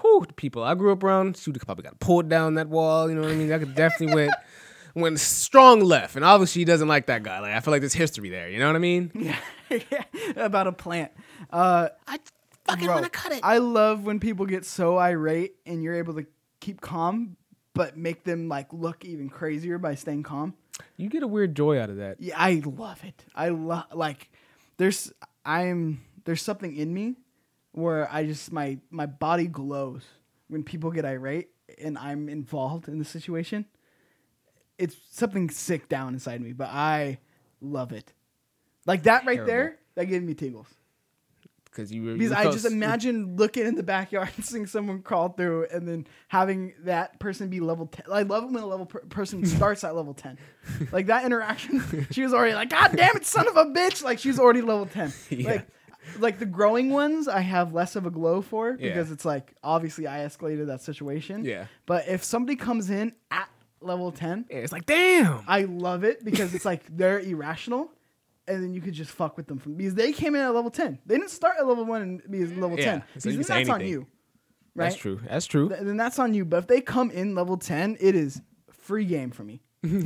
whew, the people I grew up around, shoot, could probably got pulled down that wall. You know what I mean? I could definitely went went strong left, and obviously he doesn't like that guy. Like, I feel like there's history there. You know what I mean?
about a plant uh
I fucking
bro,
want to cut it.
i love when people get so irate and you're able to keep calm but make them like look even crazier by staying calm
You get a weird joy out of that.
Yeah, I love it. I love like there's I'm there's something in me where I just my my body glows when people get irate and I'm involved in the situation. It's something sick down inside me, but I love it. Like that right there, that gave me tingles.
Because you were
Because
you
I
felt
just
s-
imagine looking in the backyard and seeing someone crawl through, and then having that person be level ten. I love it when a level per- person starts at level ten, like that interaction. She was already like, "God damn it, son of a bitch!" Like she was already level ten. Like, like the growing ones, I have less of a glow for
Yeah.
because it's like obviously I escalated that situation.
Yeah.
But if somebody comes in at level ten,
Yeah, it's like damn.
I love it because it's like they're irrational, and then you could just fuck with them from because they came in at level ten. They didn't start at level one and be at level
Yeah,
ten.
so you
Because
can say
that's on
anything.
you, right?
That's true. That's true.
Th- Then that's on you. But if they come in level ten, it is free game for me.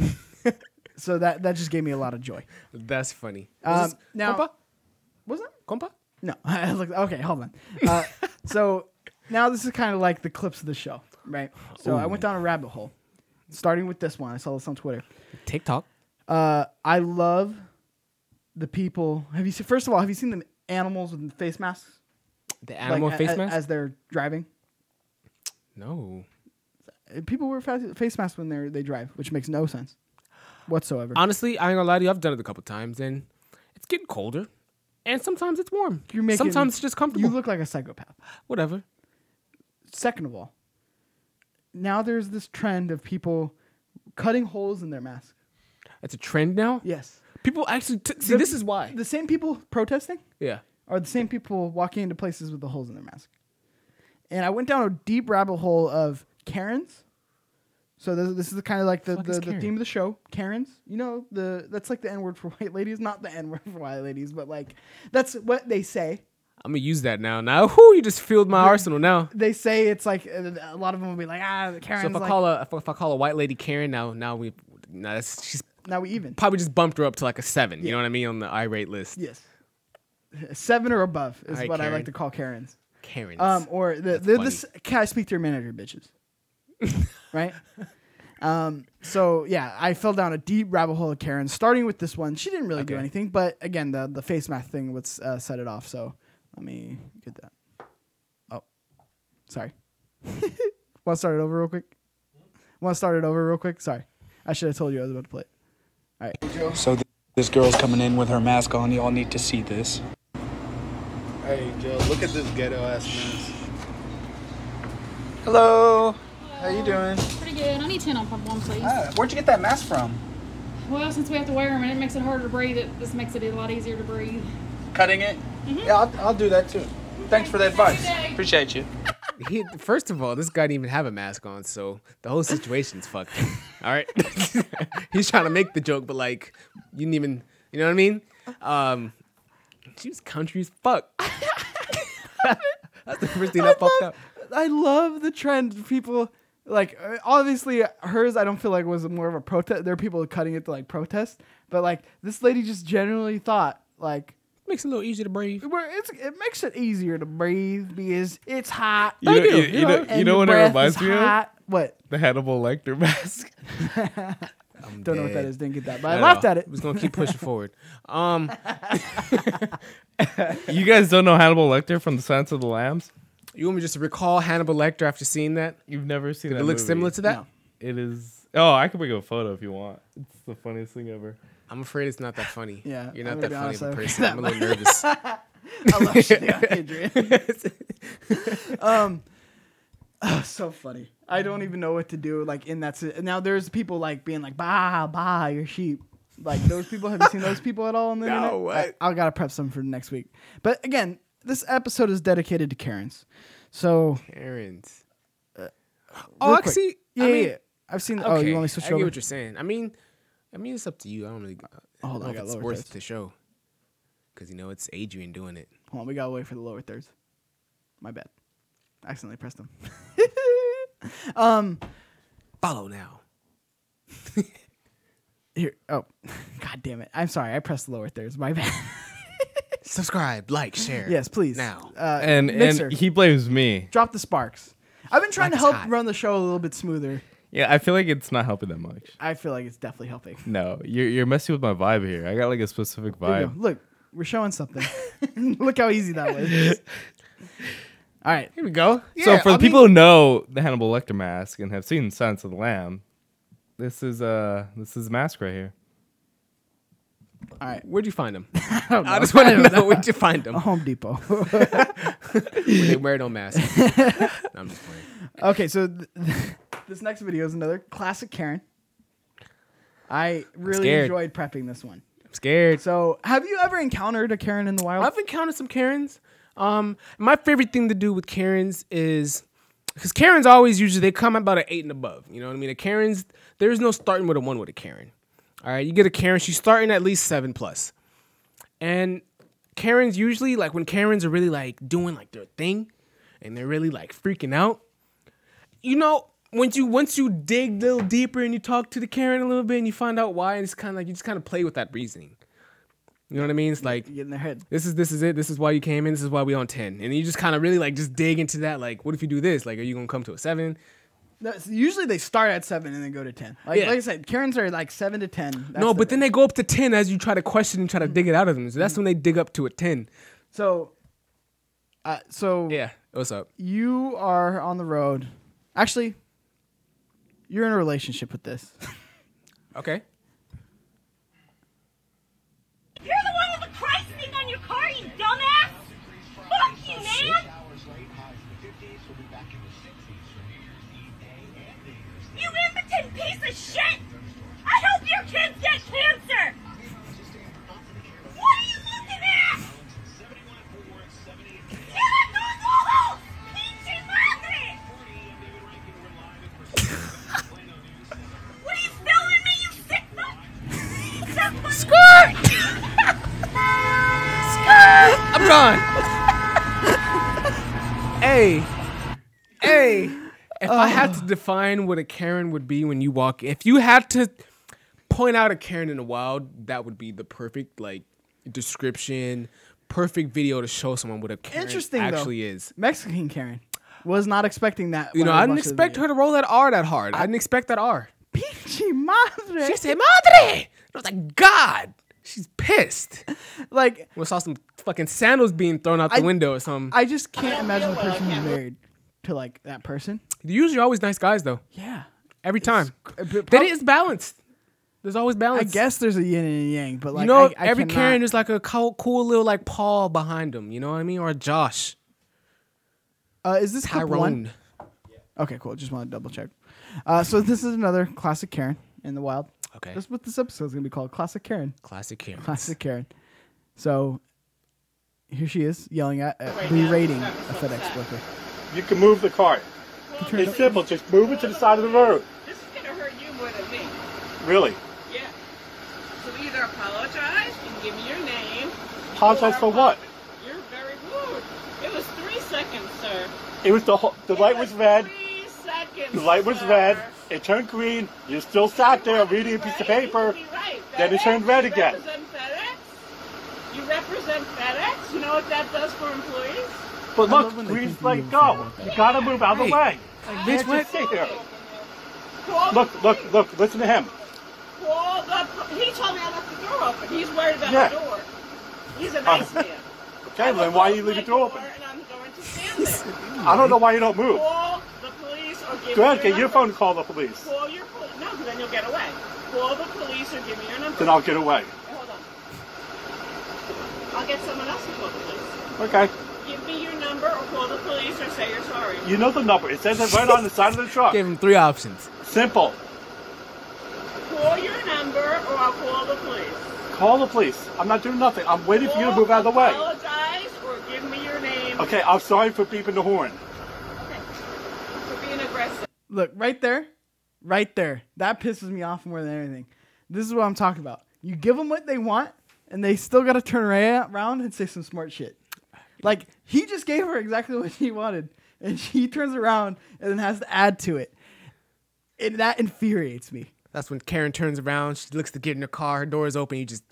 so that that just gave me a lot of joy.
That's funny.
Um,
Was this-
now-
compa,
Was that?
compa.
No, I was like, okay, hold on. Uh, so now this is kind of like the clips of the show, right? So I went down a rabbit hole, starting with this one. I saw this on Twitter.
TikTok.
Uh, I love the people. Have you seen? First of all, have you seen the animals with face masks?
The
Like,
animal
a-
face
a-
mask.
as they're driving.
no.
Uh, People wear fa- face masks when they they drive, which makes no sense whatsoever.
honestly, I ain't gonna lie to you. I've done it a couple times, and it's getting colder, and sometimes it's warm.
You're making-
sometimes it's just comfortable.
You look like a psychopath.
Whatever.
Second of all, now there's this trend of people cutting holes in their mask.
It's a trend now.
Yes.
People actually t- see.
The-
this is why.
the same people protesting
yeah.
are the same people walking into places with the holes in their mask. And I went down a deep rabbit hole of Karens. So this, this is kind of like the,
Fuck
the,
is
the
Karen?
theme of the show, Karens. You know, the that's like the N word for white ladies, not the N word for white ladies, but like that's what they say.
I'm gonna use that now. Now, whoo, you just filled my arsenal now.
They say it's like uh, a lot of them will be like, ah, the Karens.
So if I
like,
call a if I- if I call a white lady Karen now, now we, now that's she's
now we even.
probably just bumped her up to like a seven. You know what I mean on the irate list.
Yes, seven or above is
Alright,
what I
Karen.
like to call Karens.
Karens.
Um, or the, the
funny.
this can I speak to your manager, bitches? right. Um. So yeah, I fell down a deep rabbit hole of Karen. Starting with this one, she didn't really do
Okay.
anything, but again, the the face mask thing would uh, set it off. So let me get that. Oh, sorry. Want to start it over real quick? Want to start it over real quick? Sorry, I should have told you I was about to play it.
So th- this girl's coming in with her mask on. Y'all need to see this.
Hey, Joe, look at this ghetto ass mess.
Hello. How you doing?
Pretty good. I need 10 on pump one, please.
Oh.
Ah, where'd you get that mask from?
Well, since we have to wear them and it makes it harder to breathe, it just makes it a lot easier to breathe.
Cutting it?
Mm-hmm.
Yeah, I'll, I'll do that too. Thanks for the advice.
Okay.
Appreciate you.
He, first of all, this guy didn't even have a mask on, so the whole situation's fucked. All right, he's trying to make the joke, but like, you didn't even, you know what I mean? Um, she was country as fuck. That's the first thing that
I
popped
love-
up.
I love the trend. of People like uh, obviously hers I don't feel like was more of a protest. There are people cutting it to like protest, but like this lady just generally thought like
makes it a little easier to breathe.
It's, it makes it easier to breathe because it's hot.
You know- you- you know-
And
you know
your
what it
breath
reminds
is
me of?
hot. What?
The Hannibal Lecter mask.
Don't know what that
dead.
is. Didn't get that, but I
No,
laughed
no,
at it.
I was gonna keep pushing forward. Um,
you guys don't know Hannibal Lecter from The Silence of the Lambs?
you want me just to recall Hannibal Lecter after seeing that?
You've never seen
Did
that
it look
movie.
similar to that?
It is. Oh, I could bring up a photo if you want. It's the funniest thing ever.
I'm afraid it's not that funny.
Yeah,
you're
I'm
not
gonna
that
be
funny
honest,
of a person.
I-
I'm a little nervous.
I love shit on Adrian. um, oh, so funny. I don't even know what to do. Like in that si- now, there's people like being like, "Bah, bah, your sheep." Like those people. Have you seen those people at all on the
No,
internet?
what?
I, I gotta prep some for next week. But again, this episode is dedicated to Karens. So
Karen's.
real
Oh, I can
quick.
see.
Yeah,
I mean,
yeah. I've seen. Oh, you
okay,
want me to switch
I
over?
get what you're saying. I mean, I mean, it's up to you. I don't really. I
Hold
don't
on, Oh, I
know
got
if it's
lower
worth
thirds.
the show, because you know it's Adrian doing it.
Hold on, we gotta wait for the lower thirds. My bad. accidentally pressed them. um,
follow now.
Here. Oh, god damn it! I'm sorry. I pressed the lower thirds. My bad.
Subscribe, like, share.
Yes, please.
Now.
Uh,
and
Mixer,
and he blames me.
drop the sparks. I've been trying to
Spark is
help
hot.
run the show a little bit smoother.
Yeah, I feel like it's not helping that much.
I feel like it's definitely helping.
No, you're you're messing with my vibe here. I got like a specific
There you go.
vibe.
Look, we're showing something. Look how easy that was. All right.
Here we go.
so for the people who know the Hannibal Lecter mask and have seen Silence of the Lamb, this is uh this is the mask right here.
All right.
Where'd you find him? I,
don't know.
just want
I
to
don't
know,
know.
where'd you find him.
A Home Depot.
When they wear no mask. I'm just playing.
okay, so th- this next video is another classic Karen. I really
scared.
enjoyed prepping this one.
I'm scared.
So, have you ever encountered a Karen in the wild?
I've encountered some Karens. Um, my favorite thing to do with Karens is because Karens always usually they come about an eight and above. You know what I mean? The Karens, there's no starting with a one with a Karen. All right, you get a Karen, she's starting at least seven plus. And Karens usually like when Karens are really like doing like their thing, and they're really like freaking out. You know, once you once you dig a little deeper and you talk to the Karen a little bit and you find out why, and it's kind of like you just kind of play with that reasoning. You know what I mean? It's like
Get in their head.
this is this is it. This is why you came in. This is why we on ten. And you just kind of really like just dig into that. Like, what if you do this? Like, are you gonna come to a seven?
That's, usually they start at seven and then go to ten. Like,
Yeah.
like I said, Karens are like seven to ten. That's
no,
the Mm.
but then they go up to ten as you try to question and try to dig it out of them. So that's when they dig up to a ten.
So, uh, so
Yeah, what's up?
you are on the road. Actually, you're in a relationship with this.
Okay.
You're the one with the Christ thing on your car, you dumbass! Fuck you, man! You impotent piece of shit! I hope your kids get cancer! What are you looking at? ¡Cierra tus ojos! ¡Pinche madre! What are you filming me, you sick fuck? Skirt! Skirt!
I'm gone. hey, hey. If I had
Oh.
to define what a Karen would be when you walk, if you had to point out a Karen in the wild, that would be the perfect like description, perfect video to show someone what a Karen
Interesting though.
actually is.
Mexican Karen. Was not expecting that.
You
when
know, I didn't
watched the
expect her
video.
to roll that R that hard. I didn't expect that R.
Pinche madre.
She said, "Madre!" And I was like, "God." She's pissed.
Like
We saw some fucking sandals being thrown out the
I-
window or something.
I just can't imagine the person who's married to like that person.
They're usually always nice guys though.
Yeah.
Every time.
but
That
prob-
is balanced. There's always
I
balance.
guess there's a yin and a yang, but like
you know,
I, I
every
cannot-
Karen is like a cool, cool little like Paul behind him. You know what I mean? Or a Josh,
Uh, is this clip one?
Tyrone.
Okay, cool. Just want to double check. Uh, so this is another classic Karen in the wild.
Okay.
That's what this episode is gonna be called, classic Karen.
Classic Karen.
Classic Karen. So here she is yelling at, at berating a FedEx worker.
You can move the cart. It's simple. Just move it to the side of the road.
This is gonna hurt you more than me.
Really.
Yeah. So either apologize and give me your name.
Apologize for what?
You're very rude. It was three seconds, sir.
It was the whole, the light was red.
Three seconds.
The light was red. It turned green. You still sat there reading a piece of paper.
Right.
Then it
FedEx,
turned red again.
You represent FedEx. You represent FedEx. You know what that does for employees?
But look, green's like go. You gotta move out of the way. You
Hey,
can't just sit here.
Call,
Look, look, look. Listen to him.
call the. He told me I left the door open. He's worried about
Yeah. Uh,
the door. He's a nice man.
Okay, then why you leave the door open? I
I
don't know why you don't move.
Call the police or give
Go ahead,
me
get your
number.
phone. and Call the police.
Call your police. No, 'cause then you'll get away. Call the police or give me your number.
Then I'll get away.
Hold on. I'll get someone else to call the police.
Okay.
Give me your number or call the police or say you're sorry.
You know the number. It says it right on the side of the truck.
Gave him three options.
Simple.
Call your number or I'll call the police.
Call the police. I'm not doing nothing. I'm waiting for you to move out of the way.
Apologize or give me your name
Okay, I'm sorry for beeping the horn.
for being aggressive.
Look, right there, right there. That pisses me off more than anything. This is what I'm talking about. You give them what they want, and they still got to turn ra- around and say some smart shit. Like, he just gave her exactly what she wanted, and she turns around and then has to add to it. And that infuriates me.
That's when Karen turns around. She looks to get in her car. Her door is open. You just.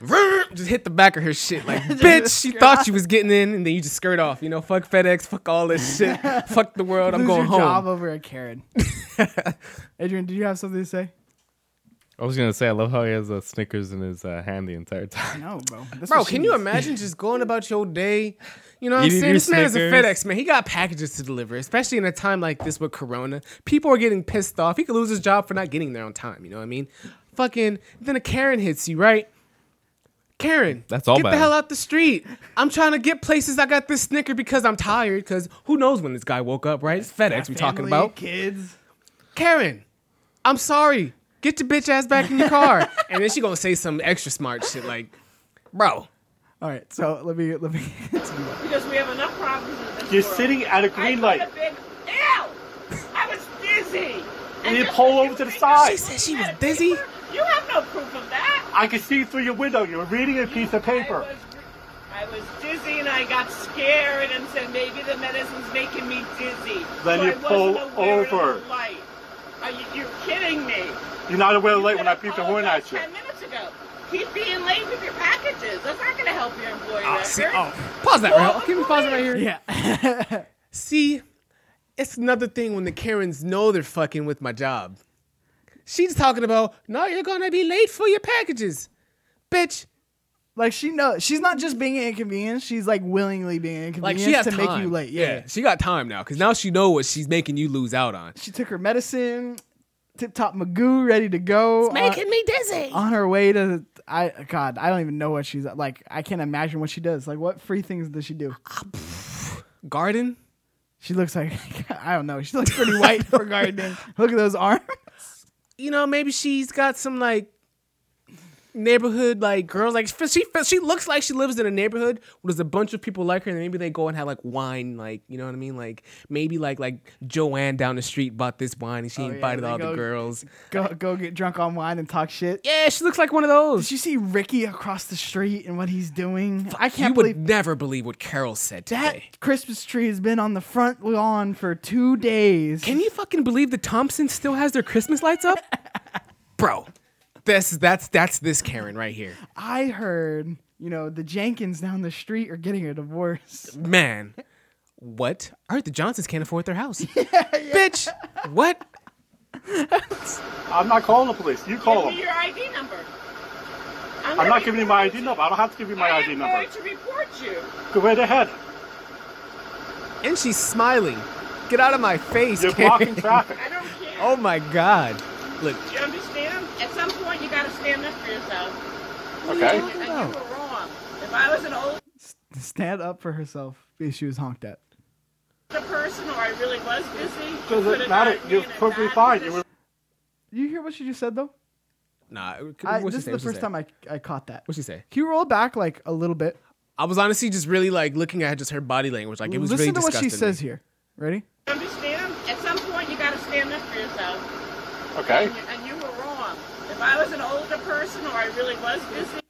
Just hit the back of her shit like bitch. She thought she was getting in, and then you just skirt off. You know, fuck FedEx, fuck all this shit, fuck the world. I'm
Lose
going
your
home.
job over at Karen. Adrian, did you have something to say?
I was gonna say I love how he has uh, Snickers in his uh, hand the entire time.
No, bro. That's
Bro,
what she
can you
needs.
imagine just going about your day? You know what
Eating
I'm saying?
your
This man is a
Snickers.
FedEx man. He got packages to deliver, especially in a time like this with Corona. People are getting pissed off. He could lose his job for not getting there on time. You know what I mean? Fucking then a Karen hits you, right? Karen,
That's all
Get
bad.
the hell out the street. I'm trying to get places. I got this Snicker because I'm tired. Because who knows when this guy woke up, right? It's FedEx we're talking
Family,
about.
kids.
Karen, I'm sorry. Get your bitch ass back in the car. and then she gonna say some extra smart shit like, bro.
All right, so let me let me.
Because we have enough problems in this
You're
world.
sitting at a green
I put
light.
a big Ew! I was dizzy.
And you pull over to the side. She said
she was dizzy.
You have no proof of that.
I can see through your window. You're reading a piece of paper.
I was dizzy and I got scared and said maybe the medicine's making me dizzy.
Then
so
you
I
pull
wasn't aware
over.
Of the light. Are you, you're kidding me.
You're not aware late when I beep the horn at you.
Ten minutes ago. Keep being late with your packages. That's not going to help your employee
Oh,
record.
see, oh, pause that, right? Can we pause it right here?
Yeah.
see, it's another thing when the Karens know they're fucking with my job. She's talking about, no, you're gonna be late for your packages, bitch.
Like she knows she's not just being an inconvenience. She's like willingly being an
Like
inconvenience
she has
to
time.
make you late. Yeah.
she got time now because now she know what she's making you lose out on.
She took her medicine, tip top Magoo, ready to go. on-
me dizzy.
on her way to I God, I don't even know what she's like. I can't imagine what she does. Like what free things does she do?
Garden.
She looks like I don't know. She looks pretty white for gardening. Look at those arms.
You know, maybe she's got some like neighborhood like girls. Like she she looks like she lives in a neighborhood where there's a bunch of people like her, and maybe they go and have like wine. Like you know what I mean? Like maybe like like Joanne down the street bought this wine and she
Oh, yeah,
invited
they
all
go-
the girls.
Go go get drunk on wine and talk shit.
Yeah, she looks like one of those.
Did you see Ricky across the street and what he's doing? I
you
can't
would
believe
never believe what Carol said
that
today.
Christmas tree has been on the front lawn for two days.
Can you fucking believe the Thompson still has their Christmas lights up, bro? This that's that's this Karen right here,
I heard, you know, the Jenkins down the street are getting a divorce.
man. What? I heard the Johnsons can't afford their house, bitch. What?
I'm not calling the police. You call
Give me
them.
your ID number. I'm,
I'm
gonna
not giving you my ID number. I don't have to give you my
I
ID
am
number.
going to report you.
Go right ahead.
And she's smiling. Get out of my face.
You're
Karen.
blocking traffic.
I don't care.
Oh my God. Look,
You understand? At some point, you got to stand up for yourself.
Okay.
And, and you were wrong. If I was an older
Stand up for herself. She was honked at.
person or I really was busy,
Doesn't matter. You're perfectly fine. You were
Did you hear what she just said though?
nah.
I,
what'd
this
she say?
is the
What'd she
first
say?
time I, I caught that.
What'd she say?
Can you roll back like a little bit?
I was honestly just really like looking at just her body language. Like it was
Listen
really
to what she
disgusting
says
me.
here. Ready?
You understand? At some point, you got to stand up for yourself.
Okay.
And, and you were wrong. If I was an older person or I really was busy,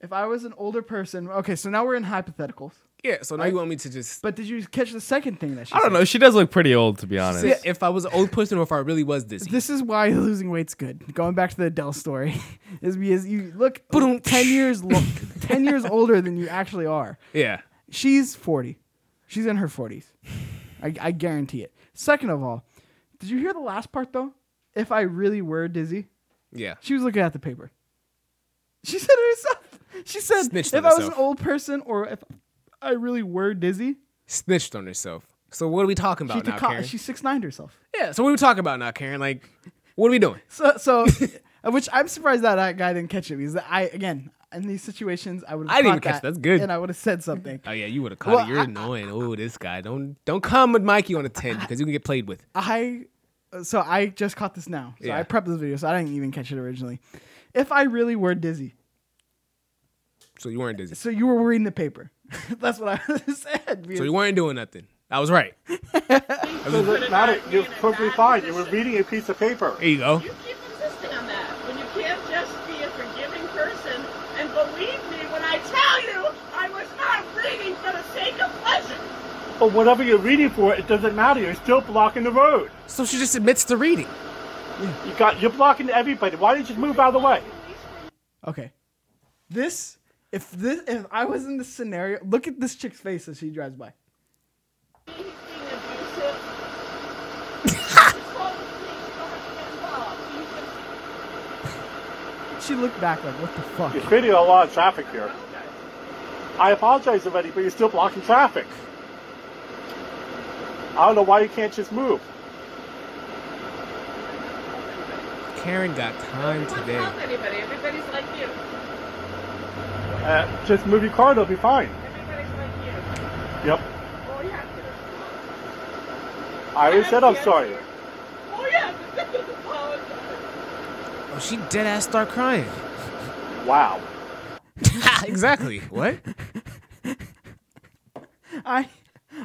If I was an older person, okay, so now we're in hypotheticals.
Yeah, so now you want me to just.
But did you catch the second thing that she
I don't
said?
know. She does look pretty old, to be
She
honest.
said if I was an old person or if I really was dizzy.
This is why losing weight's good. Going back to the Adele story, is because you look ten years lo- ten years older than you actually are.
Yeah.
She's forty. She's in her forties. I, I guarantee it. Second of all, did you hear the last part though? If I really were dizzy,
Yeah.
she was looking at the paper. She said it herself. She said,
Snitched
"If
on
I was an
herself.
old person, or if I really were dizzy,
Snitched on herself. So what are we talking
she
about now,
took co-
Karen?
she six nine herself."
Yeah. So what are we talking about now, Karen? Like, what are we doing?
So, so uh, which I'm surprised that, that guy didn't catch it because I again in these situations I would
I didn't even catch it. That's good.
and I would have said something.
Oh yeah, you would have caught
Well,
it. You're
I-
annoying. Oh, this guy. Don't don't come with Mikey on a ten because you can get played with.
I so I just caught this now. So
Yeah.
I prepped this video, so I didn't even catch it originally. If I really were dizzy,
So you weren't dizzy.
so you were reading the paper. That's what I said.
So you weren't doing nothing. I was right.
It doesn't matter. You're perfectly fine. You were reading a piece of paper.
There you go.
keep insisting on that when you can't just be a forgiving person and believe me when I tell you I was not reading for the sake of pleasure.
But whatever you're reading for, it doesn't matter. You're still blocking the road.
So she just admits to reading.
You got. You're blocking everybody. Why didn't you move out of the way?
Okay, this if this if I was in this scenario, look at this chick's face as she drives by. She looked back like, what the fuck?
You're creating a lot of traffic here. I apologize already, but you're still blocking traffic. I don't know why you can't just move.
Karen got time today.
Help anybody. Everybody's like you.
Uh, just move your car, they'll be fine. Yep.
Oh yeah.
I already said I'm sorry.
Oh yeah.
Oh, she dead ass start crying.
Wow.
exactly. What?
I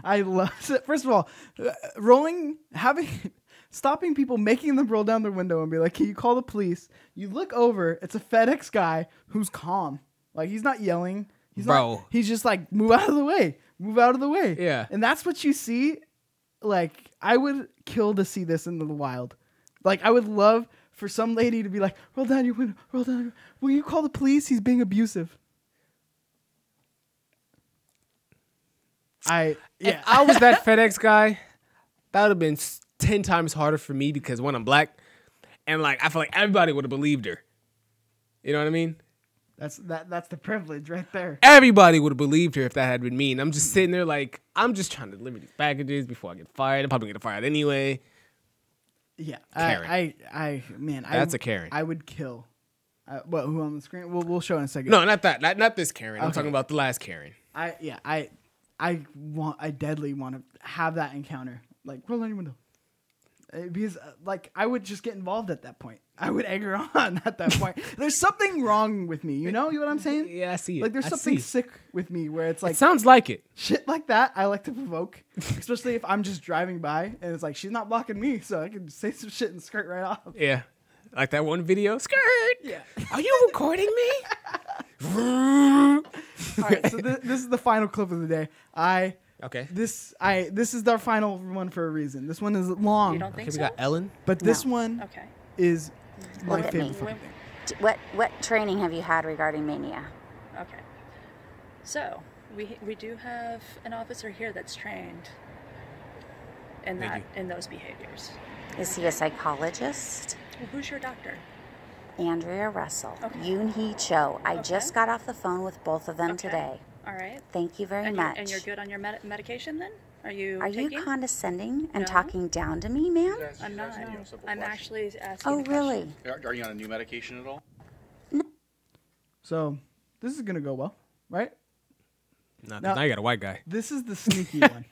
I love it. First of all, uh, rolling having stopping people making them roll down their window and be like, "Can you call the police?" You look over, it's a FedEx guy who's calm. Like he's not yelling. He's
Bro.
not he's just like, "Move out of the way. Move out of the way."
Yeah.
And that's what you see like I would kill to see this in the wild. Like I would love for some lady to be like, "Roll down your window. Roll down. Your, will you call the police? He's being abusive." I yeah.
If I was that FedEx guy, that would have been s- ten times harder for me because one, I'm black, and like I feel like everybody would have believed her. You know what I mean?
That's that. That's the privilege right there.
Everybody would have believed her if that had been me. And I'm just sitting there like I'm just trying to deliver these packages before I get fired. I'm probably gonna get fired anyway.
Yeah,
Karen.
I, I, I, man, I,
That's a Karen.
I would kill. Uh, what? Who on the screen? We'll, we'll show in a second.
No, not that. Not not this Karen. I'm
Okay.
talking about the last Karen.
I, yeah, I, I want. I deadly want to have that encounter. Like roll down your window. Uh, Because uh, like I would just get involved at that point. I would egg her on at that point. there's something wrong with me. You know, you know what I'm saying?
Yeah, I see it.
Like there's
I
something
see.
sick with me where it's like
it sounds like it.
shit like that I like to provoke, especially if I'm just driving by and it's like she's not blocking me, so I can say some shit and skirt right off.
Yeah. Like that one video. Skirt.
Yeah.
Are you recording me?
All right, so th- this is the final clip of the day. I
Okay.
This I this is our final one for a reason. This one is long.
You don't think
Okay, we got so? Ellen?
But this
No.
one
Okay.
is my
Look at
favorite.
me.
fucking thing.
T- What what training have you had regarding mania?
Okay. So we we do have an officer here that's trained in
Thank
that in those behaviors.
Is he a psychologist?
Well, who's your doctor?
Andrea Russell, Yoon Hee Cho. I just got off the phone with both of them today.
All right.
Thank you very
and
much.
You, and you're good on your med- medication then? Are you?
Are
taking?
you condescending and talking down to me, ma'am?
I'm not. I'm actually asking.
Oh,
a
really?
Are, are you on a new medication at all?
So this is gonna go well, right?
No, 'cause
No.
now you got a white guy.
This is the sneaky one.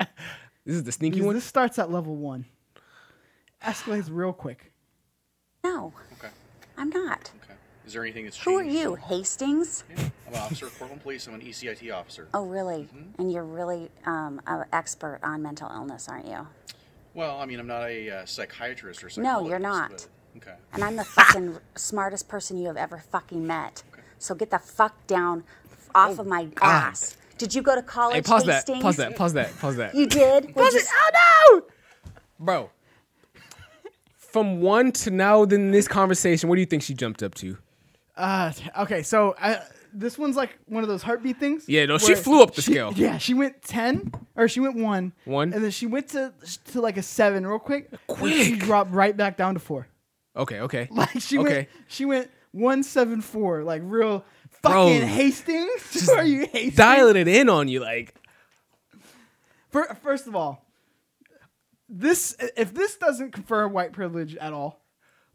This is the sneaky
Because
one.
This starts at level one. Escalates real quick.
No,
Okay.
I'm not.
Is there anything that's
Who are
changed?
you, Hastings?
I'm an officer of Portland Police. I'm an E ECIT officer.
Oh, really? And you're really um, an expert on mental illness, aren't you?
Well, I mean, I'm not a uh, psychiatrist or psychologist.
No, you're not.
but- okay.
And I'm the fucking smartest person you have ever fucking met. So get the fuck down f- off of my ass. Did you go to
Oh,
college?
Hey, pause that.
Hastings?
Pause that. Pause that. Pause that.
You did?
Pause
it.
Oh no, bro. From one to now, then this conversation. What do you think she jumped up to?
Uh, t- okay, so uh, this one's like one of those heartbeat things.
Yeah, no, she
where
flew up the scale.
Yeah, she went ten, or she went one,
One?
and then she went to to like a seven real quick. Quick, she dropped right back down to four.
Okay, okay.
Like she
okay.
went, she went one seven four, like real
Bro.
fucking Hastings. Are you Hastings?
dialing it in on you, like
Fir- First of all, this if this doesn't confer white privilege at all,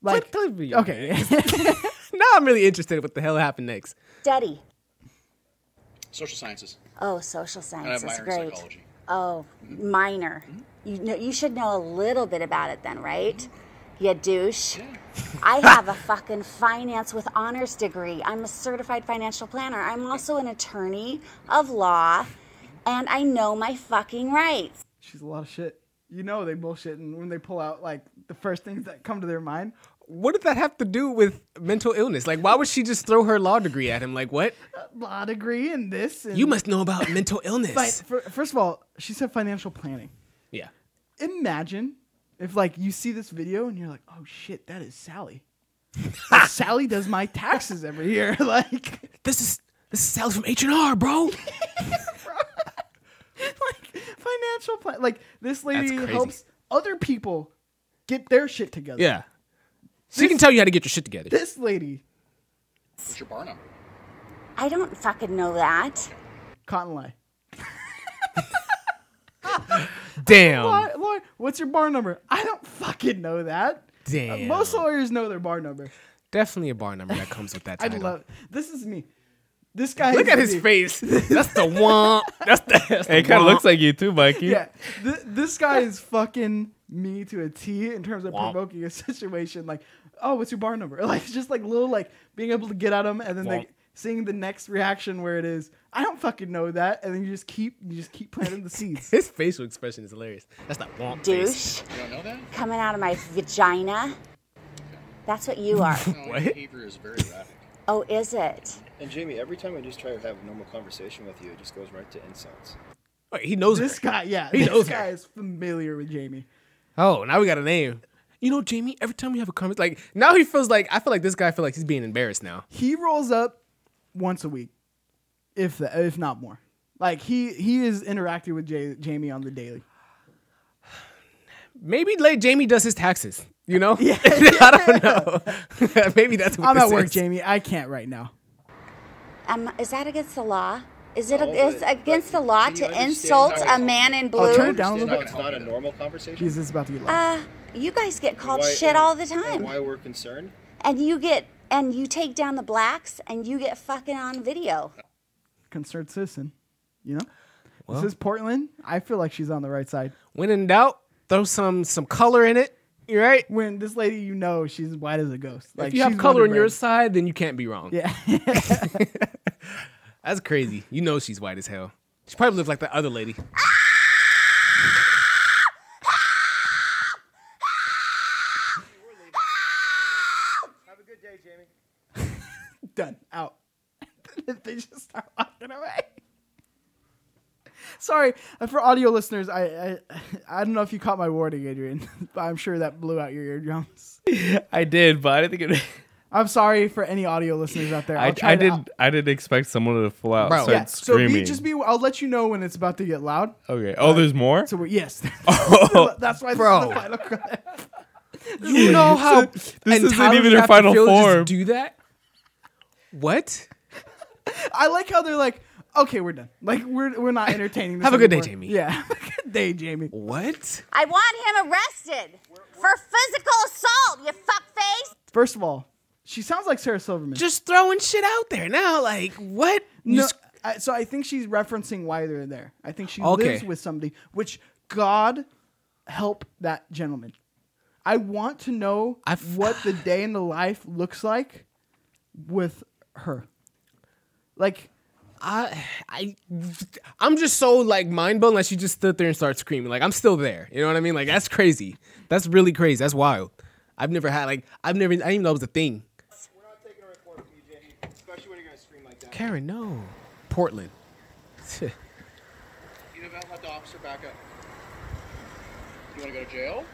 like okay,
now I'm really interested in what the hell happened next.
Daddy.
Social sciences.
Oh, social
And I have
science
a minor
is
in
great.
psychology. Mm-hmm.
Oh, minor. You know, you should know a little bit about it then, right?
Mm-hmm.
You douche. I have a fucking finance with honors degree. I'm a certified financial planner. I'm also an attorney of law,
Mm-hmm.
and I know my fucking rights.
she's a lot of shit. You know they bullshit, and when they pull out like the first things that come to their mind.
What did that have to do with mental illness? Like, why would she just throw her law degree at him? Like, what?
law degree and this. And
You must know about mental illness.
Fi- fir- first of all, she said financial planning.
Yeah.
Imagine if like you see this video and you're like, oh shit, that is Sally. Like, Sally does my taxes every year. like
this is this is Sally from H and R, bro.
financial plan. Like this lady
crazy.
helps other people get their shit together.
Yeah. She can tell you how to get your shit together.
This lady,
What's your bar number?
I don't fucking know that.
Cotton Lie.
Damn.
Lawyer, lawyer, what's your bar number? I don't fucking know that. Uh,
Damn.
most lawyers know their bar number.
Definitely a bar number that comes with that
I
title.
love this is me. This guy.
Look
is
at his
me.
face. That's the one. That's the. That's the
It kind of
womp.
looks like you too, Mikey.
Yeah, Th- this guy is fucking me to a T in terms of
Womp.
provoking a situation. Like, oh, what's your bar number? Like, just like little like being able to get at him, and then
Womp.
like seeing the next reaction where it is. I don't fucking know that, and then you just keep you just keep planting the seeds.
His facial expression is hilarious. That's that womp face.
You don't know that?
Coming out of my vagina. That's what you are.
No, your behavior is very erratic.
Oh, is it?
And Jamie, every time I just try to have a normal conversation with you, it just goes right to insults.
Wait, he knows
this guy. Yeah,
He
this
knows her.
guy is familiar with Jamie.
Oh, now we got a name. You know, Jamie. Every time we have a comment, like now he feels like I feel like this guy feel like he's being embarrassed now.
He rolls up once a week, if the, if not more. Like he he is interacting with J- Jamie on the daily.
Maybe like Jamie does his taxes. You know? Yeah. I don't know. Maybe that's. What
I'm
this
at work,
is.
Jamie. I can't right now.
Um, is that against the law? Is it
No,
ag- is
but-
against the law to
understand
insult
how
a man in blue?
Oh, turn it down a
Understand
little
how
bit.
it's not a normal conversation.
Jesus, it's about to get loud.
Uh, you guys get called
Why-
shit
and-
all the
and
time.
Why we're concerned?
and you get and you take down the blacks and you get fucking on video.
concerned citizen. You know,
Well.
this is Portland. I feel like she's on the right side.
When in doubt, throw some some color in it. You're right.
When this lady, you know, she's white as a ghost. Like
if you have
she's
color
Wonder
on your
Bread.
side, then you can't be wrong.
Yeah.
That's crazy. You know she's white as hell. She probably looks like that other lady.
Ah! done out. they just start walking away. Sorry uh, for audio listeners. I, I I don't know if you caught my warning, Adrian, but I'm sure that blew out your eardrums.
I did, but I didn't think it.
I'm sorry for any audio listeners out there. I'll
I,
try
I
to- uh,
didn't. I didn't expect someone to pull out.
Bro,
Bro,
yeah. So
screaming.
be, just be. I'll let you know when it's about to get loud.
okay. Oh, there's more.
So we're, yes,
Oh,
that's why. This is
bro.
the final clip.
You know how
This isn't
entitled
even
you
her
have to
final
feel to just
form.
do that? What?
I like how they're like, okay, we're done. Like we're we're not entertaining. This
Have a good day,
anymore.
Jamie.
Yeah, have a good day, Jamie.
What?
I want him arrested for physical assault. You fuckface.
First of all, she sounds like Sarah Silverman.
Just throwing shit out there now. Like what? You
no,
s-
I, so I think she's referencing why they're there. I think she
Okay.
lives with somebody. Which God help that gentleman. I want to know what the day in the life looks like with her. Like
I, I, I'm just so like mind blown that she just stood there and started screaming. Like I'm still there. You know what I mean? Like that's crazy. That's really crazy. That's wild. I've never had like I've never I didn't even know it was a thing. Karen, no. Portland.
You have not let the officer back up. You want to go to jail?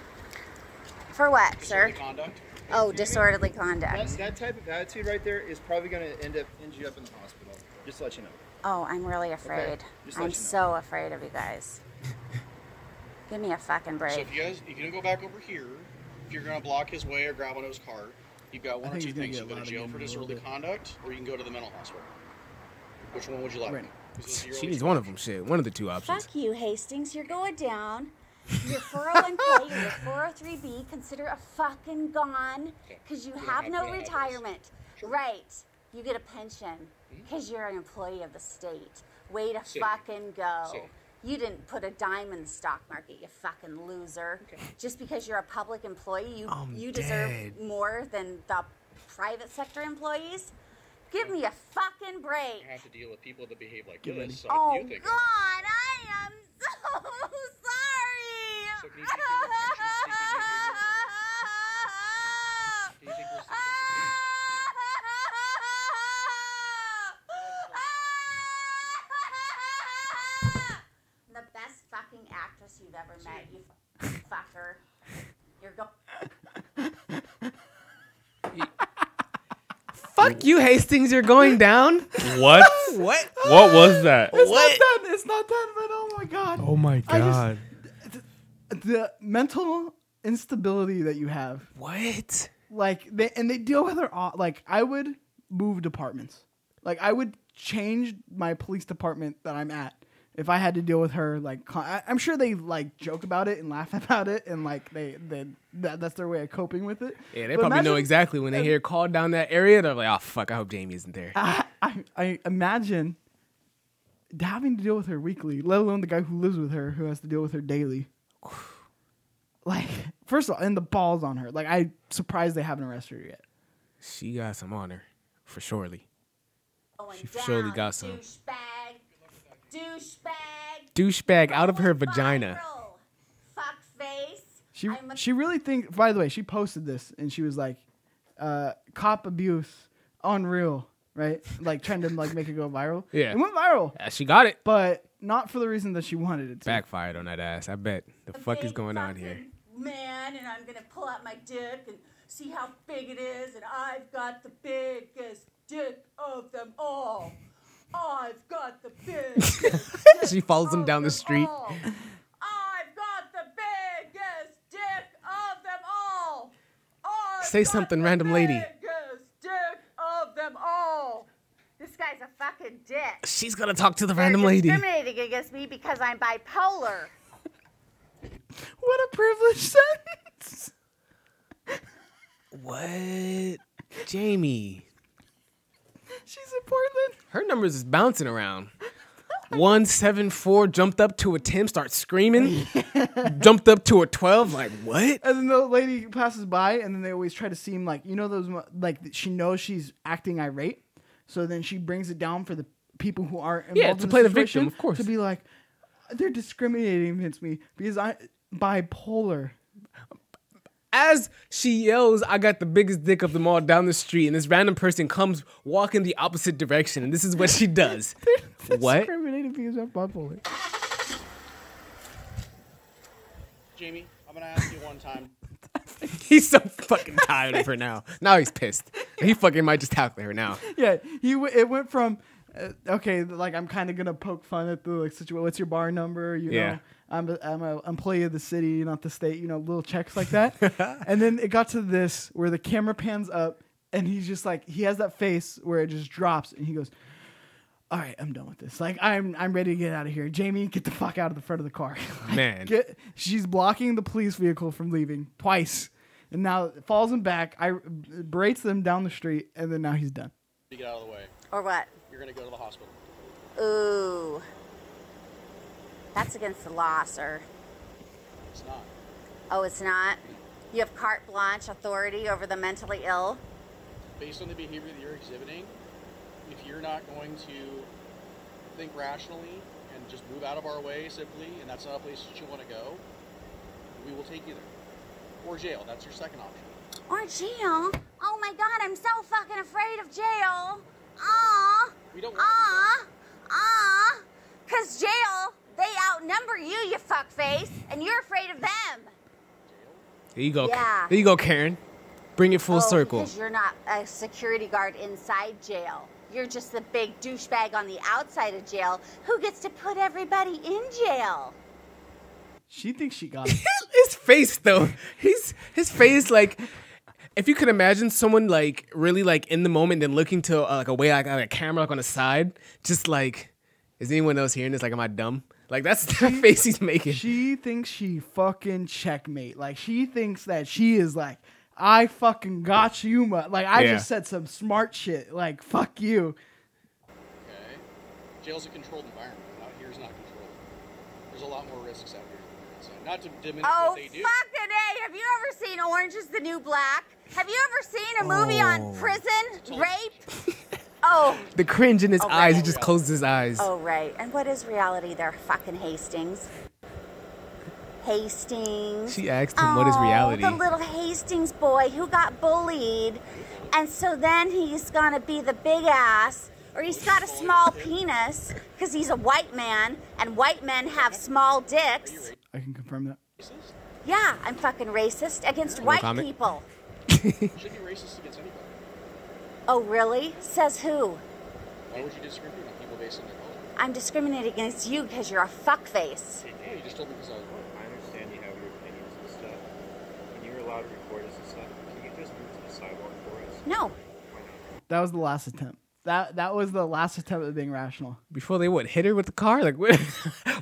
For what, sir?
Disorderly conduct.
Oh, disorderly conduct.
That, that type of attitude right there is probably going to end up end you up in the hospital. Just to let you know.
Oh, I'm really afraid.
just let you
I'm
know.
so afraid of you guys. Give me a fucking
So
break.
if you guys, if you don't go back over here, if you're gonna block his way or grab on his car, you've got
I
one or
think
two
he's gonna
things: you
get
go to
loud
jail
again
for
in a little
disorderly
bit.
conduct, or you can go to the mental hospital. Which one would you like? Because those are your
She
only
needs one of them. Shit, one of the two options.
Fuck you, Hastings. You're going down. Your 401k and your 403b consider a fucking gone because you
have
have no
no hours.
retirement. Right. You get a pension because you're an employee of the state. Way to
Same.
fucking go.
Same.
You didn't put a dime in the stock market, you fucking loser. Just because you're a public employee, you,
I'm
you deserve
dead.
more than the private sector employees. Give me a fucking break.
I have to deal with people that behave like
Get
this. So
Oh
you think
God, I am so sorry. the best fucking actress you've ever met, you fucker. You're go.
Fuck you, Hastings. You're going down.
What?
what?
What was that?
It's
What?
not done. It's not done. But oh my god.
Oh my
I just-
god.
the mental instability that you have.
What?
Like they and they deal with it all. Like I would move departments. Like I would change my police department that I'm at if I had to deal with her. Like con- I, I'm sure they like joke about it and laugh about it and like they they that, that's their way of coping with it.
Yeah, they
But
probably know
imagine-
exactly when they hear called down that area. They're like, oh fuck, I hope Jamie isn't there.
I, I, I imagine having to deal with her weekly, let alone the guy who lives with her who has to deal with her daily. Like, first of all, and the balls on her. Like, I'm surprised they haven't arrested her yet.
She got some honor, for surely.
Going
She surely
down,
got some
Douchebag. Douchebag.
douchebag out of her vagina.
Fuck face.
She she really think. By the way, she posted this and she was like, uh, "Cop abuse, unreal." Right, like trying to like make it go viral.
Yeah.
it went viral,
Yeah, she got it.
but not for the reason that she wanted it to.
Backfired on that ass. I bet. The fuck is going on here?
man and I'm gonna pull out my dick and see how big it is and I've got the biggest dick of them all. I've got the biggest
she follows him down the street.
all. I've got the biggest dick of them all. I've
Say
got
something,
the
random lady.
Biggest dick of them all. Oh, This guy's a fucking dick.
She's gonna talk to the
They're
random lady.
Discriminating against me because I'm bipolar.
What a privileged sentence.
What? Jamie.
She's in Portland.
Her numbers is bouncing around. 174 jumped up to a 10, starts screaming. jumped up to a 12, like, what?
And then the lady passes by, and then they always try to seem like you know those mo- like she knows she's acting irate, so then she brings it down for the people who aren't involved
Yeah,
in
to play the
situation,
victim, of course.
to be like they're discriminating against me because I bipolar.
As she yells, I got the biggest dick of them all down the street, and this random person comes walking the opposite direction, and this is what she does. what?
Discriminating because I'm bipolar.
Jamie, I'm gonna ask you one time.
He's so fucking tired of her now. Now he's pissed. He fucking might just tackle her now.
Yeah, he w- it went from uh, okay, like I'm kind of gonna poke fun at the like situation. What's your bar number? You
Yeah.
know, I'm a, I'm a employee of the city, not the state. You know, little checks like that. and then it got to this where the camera pans up, and he's just like he has that face where it just drops, and he goes. All right, I'm done with this. Like, I'm I'm ready to get out of here. Jamie, get the fuck out of the front of the car. Like,
Man.
get, she's blocking the police vehicle from leaving twice, and now it falls him back. I berates them down the street, and then now he's done.
You get out of the way.
Or what?
You're gonna go to the hospital.
Ooh. That's against the law, sir.
It's not.
Oh, it's not? You have carte blanche authority over the mentally ill?
Based on the behavior that you're exhibiting, if you're not going to think rationally and just move out of our way simply, and that's not a place that you want to go, we will take you there. Or jail. That's your second option.
Or jail? Oh my god, I'm so fucking afraid of jail. Aw.
We don't
Aw. Aw. Because jail, they outnumber you, you fuckface, and you're afraid of them.
There you go.
Yeah.
There you go, Karen. Bring it full
Oh,
circle.
Because you're not a security guard inside jail. You're just the big douchebag on the outside of jail who gets to put everybody in jail.
She thinks she got it.
his face though. He's his face like if you could imagine someone like really like in the moment and looking to uh, like away like on a camera like on the side, just like is anyone else hearing this? Like am I dumb? Like that's the face he's making.
She thinks she fucking checkmate. Like she thinks that she is like, I fucking got you, ma. Like I
Yeah.
just said some smart shit. Like fuck you.
Okay. Jail's a controlled environment. Out here's not controlled. There's a lot more risks out here than there is inside. Not to diminish
Oh,
what they do.
fucking A. Have you ever seen Orange is the New Black? Have you ever seen a movie
Oh.
on prison, rape? oh,
The cringe in his eyes, he just closes his eyes.
Oh, right. And what is reality there, fucking Hastings? Hastings.
She asked him, "What is
Oh,
reality?"
The little Hastings boy who got bullied. And so then he's going to be the big ass, or he's got a small penis because he's a white man, and white men have small dicks.
I can confirm that.
Yeah, I'm fucking racist against
No
white
comment.
people.
should be racist against anybody.
Oh, really? Says who?
Why would you discriminate on people based on their culture?
I'm discriminating against you because you're a fuckface.
Oh, you just told me because I was wrong.
I understand you have your opinions and stuff. When you're allowed to record us and stuff, can you just move to the sidewalk for us?
No.
That was the last attempt. That that was the last attempt at being rational.
Before they what hit her with the car? Like what,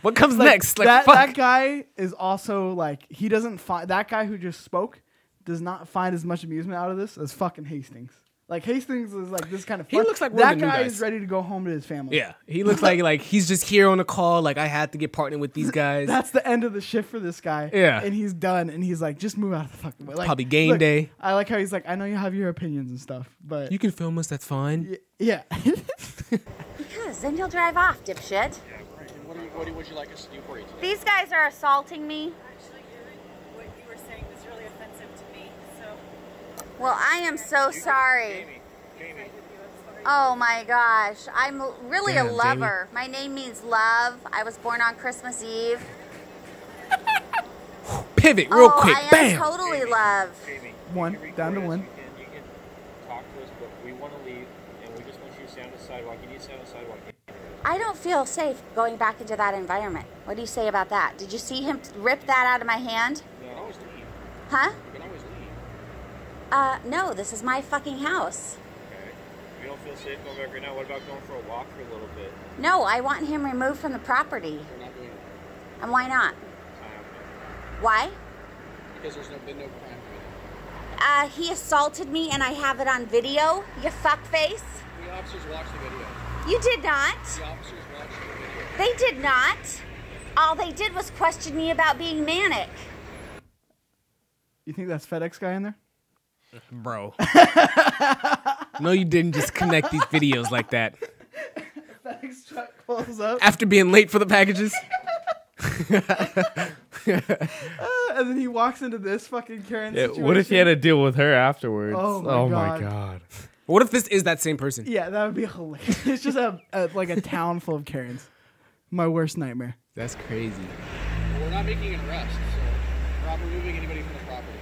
what comes next? Like
that,
fuck.
that guy is also like he doesn't find that guy who just spoke does not find as much amusement out of this as fucking Hastings. Like Hastings is like this kind of.
He
Fun.
looks like one of
that
the new
guy
guys.
is ready to go home to his family.
yeah, he looks like like he's just here on a call. Like I had to get partnered with these guys.
That's the end of the shift for this guy.
Yeah.
and he's done, and he's like, just move out of the fucking way. Like,
Probably game
look,
day.
I like how he's like, I know you have your opinions and stuff, but
you can film us. That's fine.
yeah,
Because then you'll drive off, dipshit.
And what, do you, what do- would you like us to do for you today?
These guys are assaulting me.
What you were saying was really offensive to me, so.
Well, I am so sorry. Oh my gosh. I'm l- really
Damn,
a
Jamie.
lover. My name means love. I was born on Christmas Eve.
Pivot real
oh,
quick.
I am
Bam.
totally love.
one down to one.
And you can talk to us, but we want to leave, and we just want you to stay on the sidewalk. You need to stay on the sidewalk.
I don't feel safe going back into that environment. What do you say about that? Did you see him t- rip that out of my hand?
You can always leave.
Huh?
You can always leave.
Uh, no, this is my fucking house.
Okay. If you don't feel safe going back right now, what about going for a walk for a little bit?
No, I want him removed from the property.
They're not doing it.
And why not? Why?
Because there's no, been no crime committed.
Uh, he assaulted me and I have it on video, you fuckface.
The officers watched the video.
You did not.
The officers watched the video.
They did not. All they did was question me about being manic.
You think that's FedEx guy in there?
Bro. no, you didn't just connect these videos like that.
FedEx truck pulls up.
After being late for the packages.
Uh, and then he walks into this fucking Karen
Yeah,
situation.
what if you had to deal with her afterwards?
Oh my God.
What if this is that same person?
Yeah, that would be hilarious. it's just a, a like a town full of Karens. My worst nightmare.
That's crazy.
But we're not making an arrest, so we're not removing anybody from the property.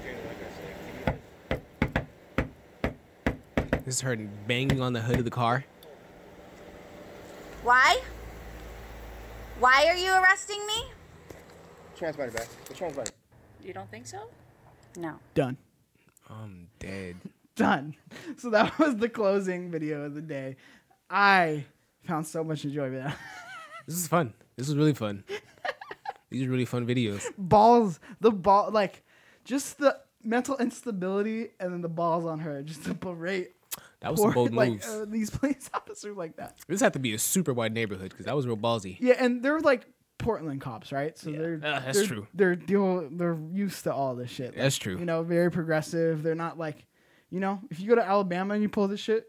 Okay, like I said, can you
This is her banging on the hood of the car.
Why? Why are you arresting me?
Transmitter back. The transmitter.
You don't think so?
No.
Done.
I'm dead.
Done. So that was the closing video of the day. I found so much enjoyment.
This is fun. This is really fun. These are really fun videos.
balls, the ball, like just the mental instability, and then the balls on her, just to berate.
That was some bold
like,
moves.
Uh, these police officers like that.
This had to be a super wide neighborhood because that was real ballsy.
Yeah, and they're like Portland cops, right? So they're
Uh, that's
they're,
true.
They're deal they're used to all this shit.
That's true.
You know, very progressive. They're not like, you know, if you go to Alabama and you pull this shit,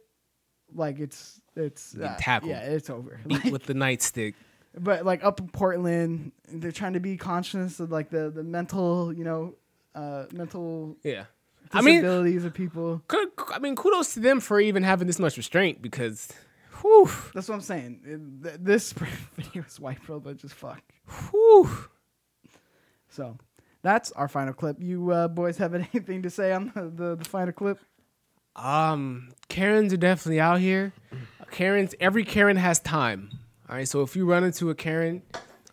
like it's it's
Being
uh,
tackled.
Yeah, it's over.
Beat with the nightstick.
But like up in Portland, they're trying to be conscious of like the the mental, you know, uh mental
Yeah. I mean,
disabilities of people.
Good- I mean, kudos to them for even having this much restraint because
Whew. That's what I'm saying. It- th- This video is white privilege as fuck. Whew. So that's our final clip. You uh, boys have anything to say on the, the, the final clip?
Um, Karens are definitely out here. Karens, every Karen has time. All right, so if you run into a Karen,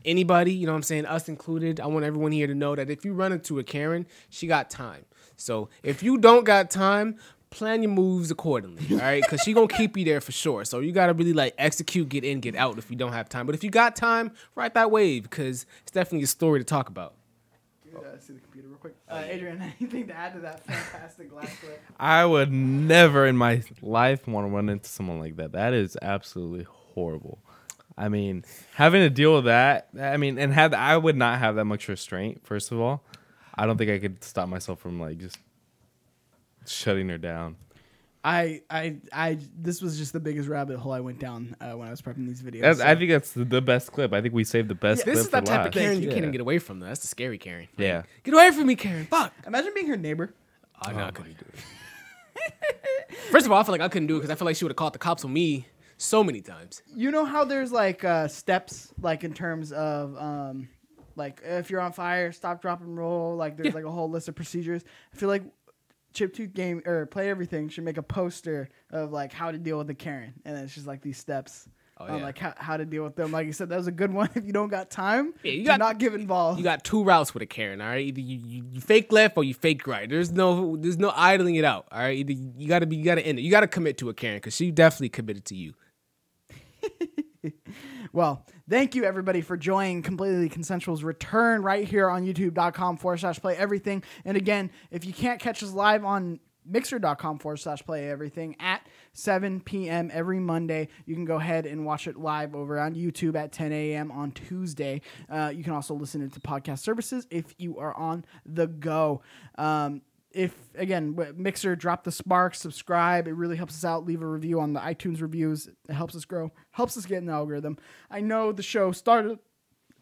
anybody, you know what I'm saying, us included, I want everyone here to know that if you run into a Karen, she got time. So if you don't got time, plan your moves accordingly. All right, because she gonna keep you there for sure. So you gotta really like execute, get in, get out if you don't have time. But if you got time, ride that wave because it's definitely a story to talk about.
Uh, see the computer real quick. Uh, Adrian, anything to add to that fantastic last clip?
I would never in my life want to run into someone like that. That is absolutely horrible. I mean, having to deal with that, I mean, and have I would not have that much restraint, first of all. I don't think I could stop myself from like just shutting her down.
I, I, I. This was just the biggest rabbit hole I went down uh, when I was prepping these videos.
That's, I
so-
think that's the, the best clip. I think we saved the best clip
this is
for
that type of
last.
Karen
yeah.
you can't even get away from. Though. That's the scary Karen.
Yeah.
Get away from me, Karen. Fuck.
Imagine being her neighbor.
I know I couldn't do it. First of all, I feel like I couldn't do it because I feel like she would have called the cops on me so many times.
You know how there's like uh, steps, like in terms of um, like if you're on fire, stop, drop, and roll. Like there's like a whole list of procedures. I feel like Chiptune game or play everything should make a poster of like how to deal with the Karen, and then it's just like these steps.
Oh,
on,
yeah.
like how, how to deal with them. Like you said, that was a good one. If you don't got time,
Yeah, you
do
got-
not get involved.
You got two routes with a Karen, all right? Either you, you, you fake left or you fake right. There's no there's no idling it out, all right? Either you you gotta be you gotta end it. You gotta commit to a Karen because she definitely committed to you.
Well, thank you everybody for joining Completely Consensual's return right here on youtube.com forward slash play everything. And again, if you can't catch us live on mixer.com forward slash play everything at 7 p.m. every Monday, you can go ahead and watch it live over on YouTube at 10 a.m. on Tuesday. Uh, you can also listen to podcast services if you are on the go. Um, if again w- mixer drop the spark subscribe it really helps us out leave a review on the itunes reviews it helps us grow helps us get in the algorithm i know the show started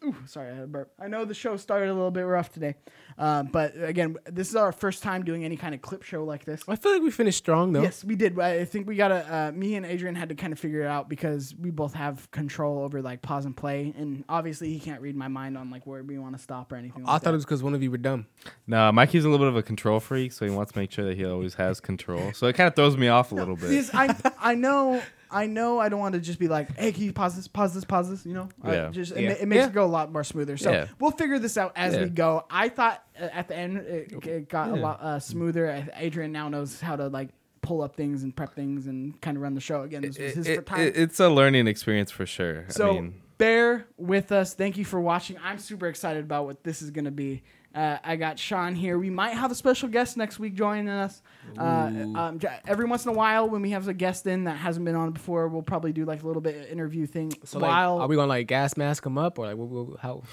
Ooh, sorry, I had a burp. I know the show started a little bit rough today, um, but again, this is our first time doing any kind of clip show like this.
I feel like we finished strong though.
Yes, we did. I I think we got to, uh, me and Adrian had to kind of figure it out because we both have control over like pause and play. And obviously, he can't read my mind on like where we want to stop or anything. Like
I thought
that.
it was because one of you were dumb.
No, Mikey's a little bit of a control freak, so he wants to make sure that he always has control. So it kind of throws me off a little bit.
Because I, I know, I know, I don't want to just be like, hey, can you pause this, pause this, pause this? You know, I
Yeah.
just it,
Yeah.
ma- it makes
Yeah.
it go a lot more smoother. So
Yeah.
we'll figure this out as
Yeah.
we go. I thought uh, at the end it, it got a
Yeah.
lot uh, smoother. I- Adrian now knows how to like pull up things and prep things and kind of run the show again. This was his
It-
time.
it- it's a learning experience for sure.
So
I mean,
bear with us. Thank you for watching. I'm super excited about what this is going to be. Uh, I got Sean here. We might have a special guest next week joining us. Uh,
Ooh.
um, j- every once in a while, when we have a guest in that hasn't been on before, we'll probably do like a little bit of interview thing.
So like,
while
are we gonna like gas mask him up or like what, what, how?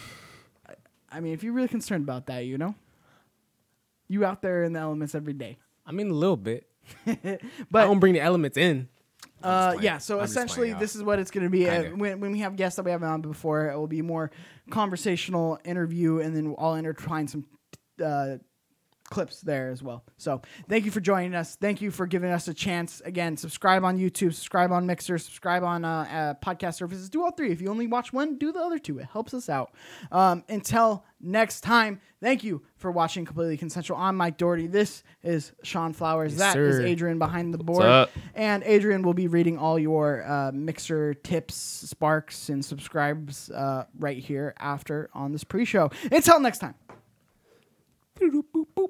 I mean, if you're really concerned about that, you know, you out there in the elements every day.
I mean a little bit.
but
I don't bring the elements in.
Uh, yeah, so
I'm just playing
essentially,
out.
this is what it's going to be. Uh,
Kinda.
when, when we have guests that we haven't on before, it will be more conversational interview, and then I'll intertwine some uh, clips there as well. So thank you for joining us. Thank you for giving us a chance. Again, subscribe on YouTube, subscribe on Mixer, subscribe on uh, uh, podcast services. Do all three. If you only watch one, do the other two. It helps us out. Um, until next time, thank you for watching Completely Consensual. I'm Mike Doherty. This is Sean Flowers.
Yes,
That is
sir.
Adrian behind the
What's
board.
up?
And Adrian will be reading all your uh, mixer tips, sparks, and subscribes uh, right here after on this pre show. Until next time.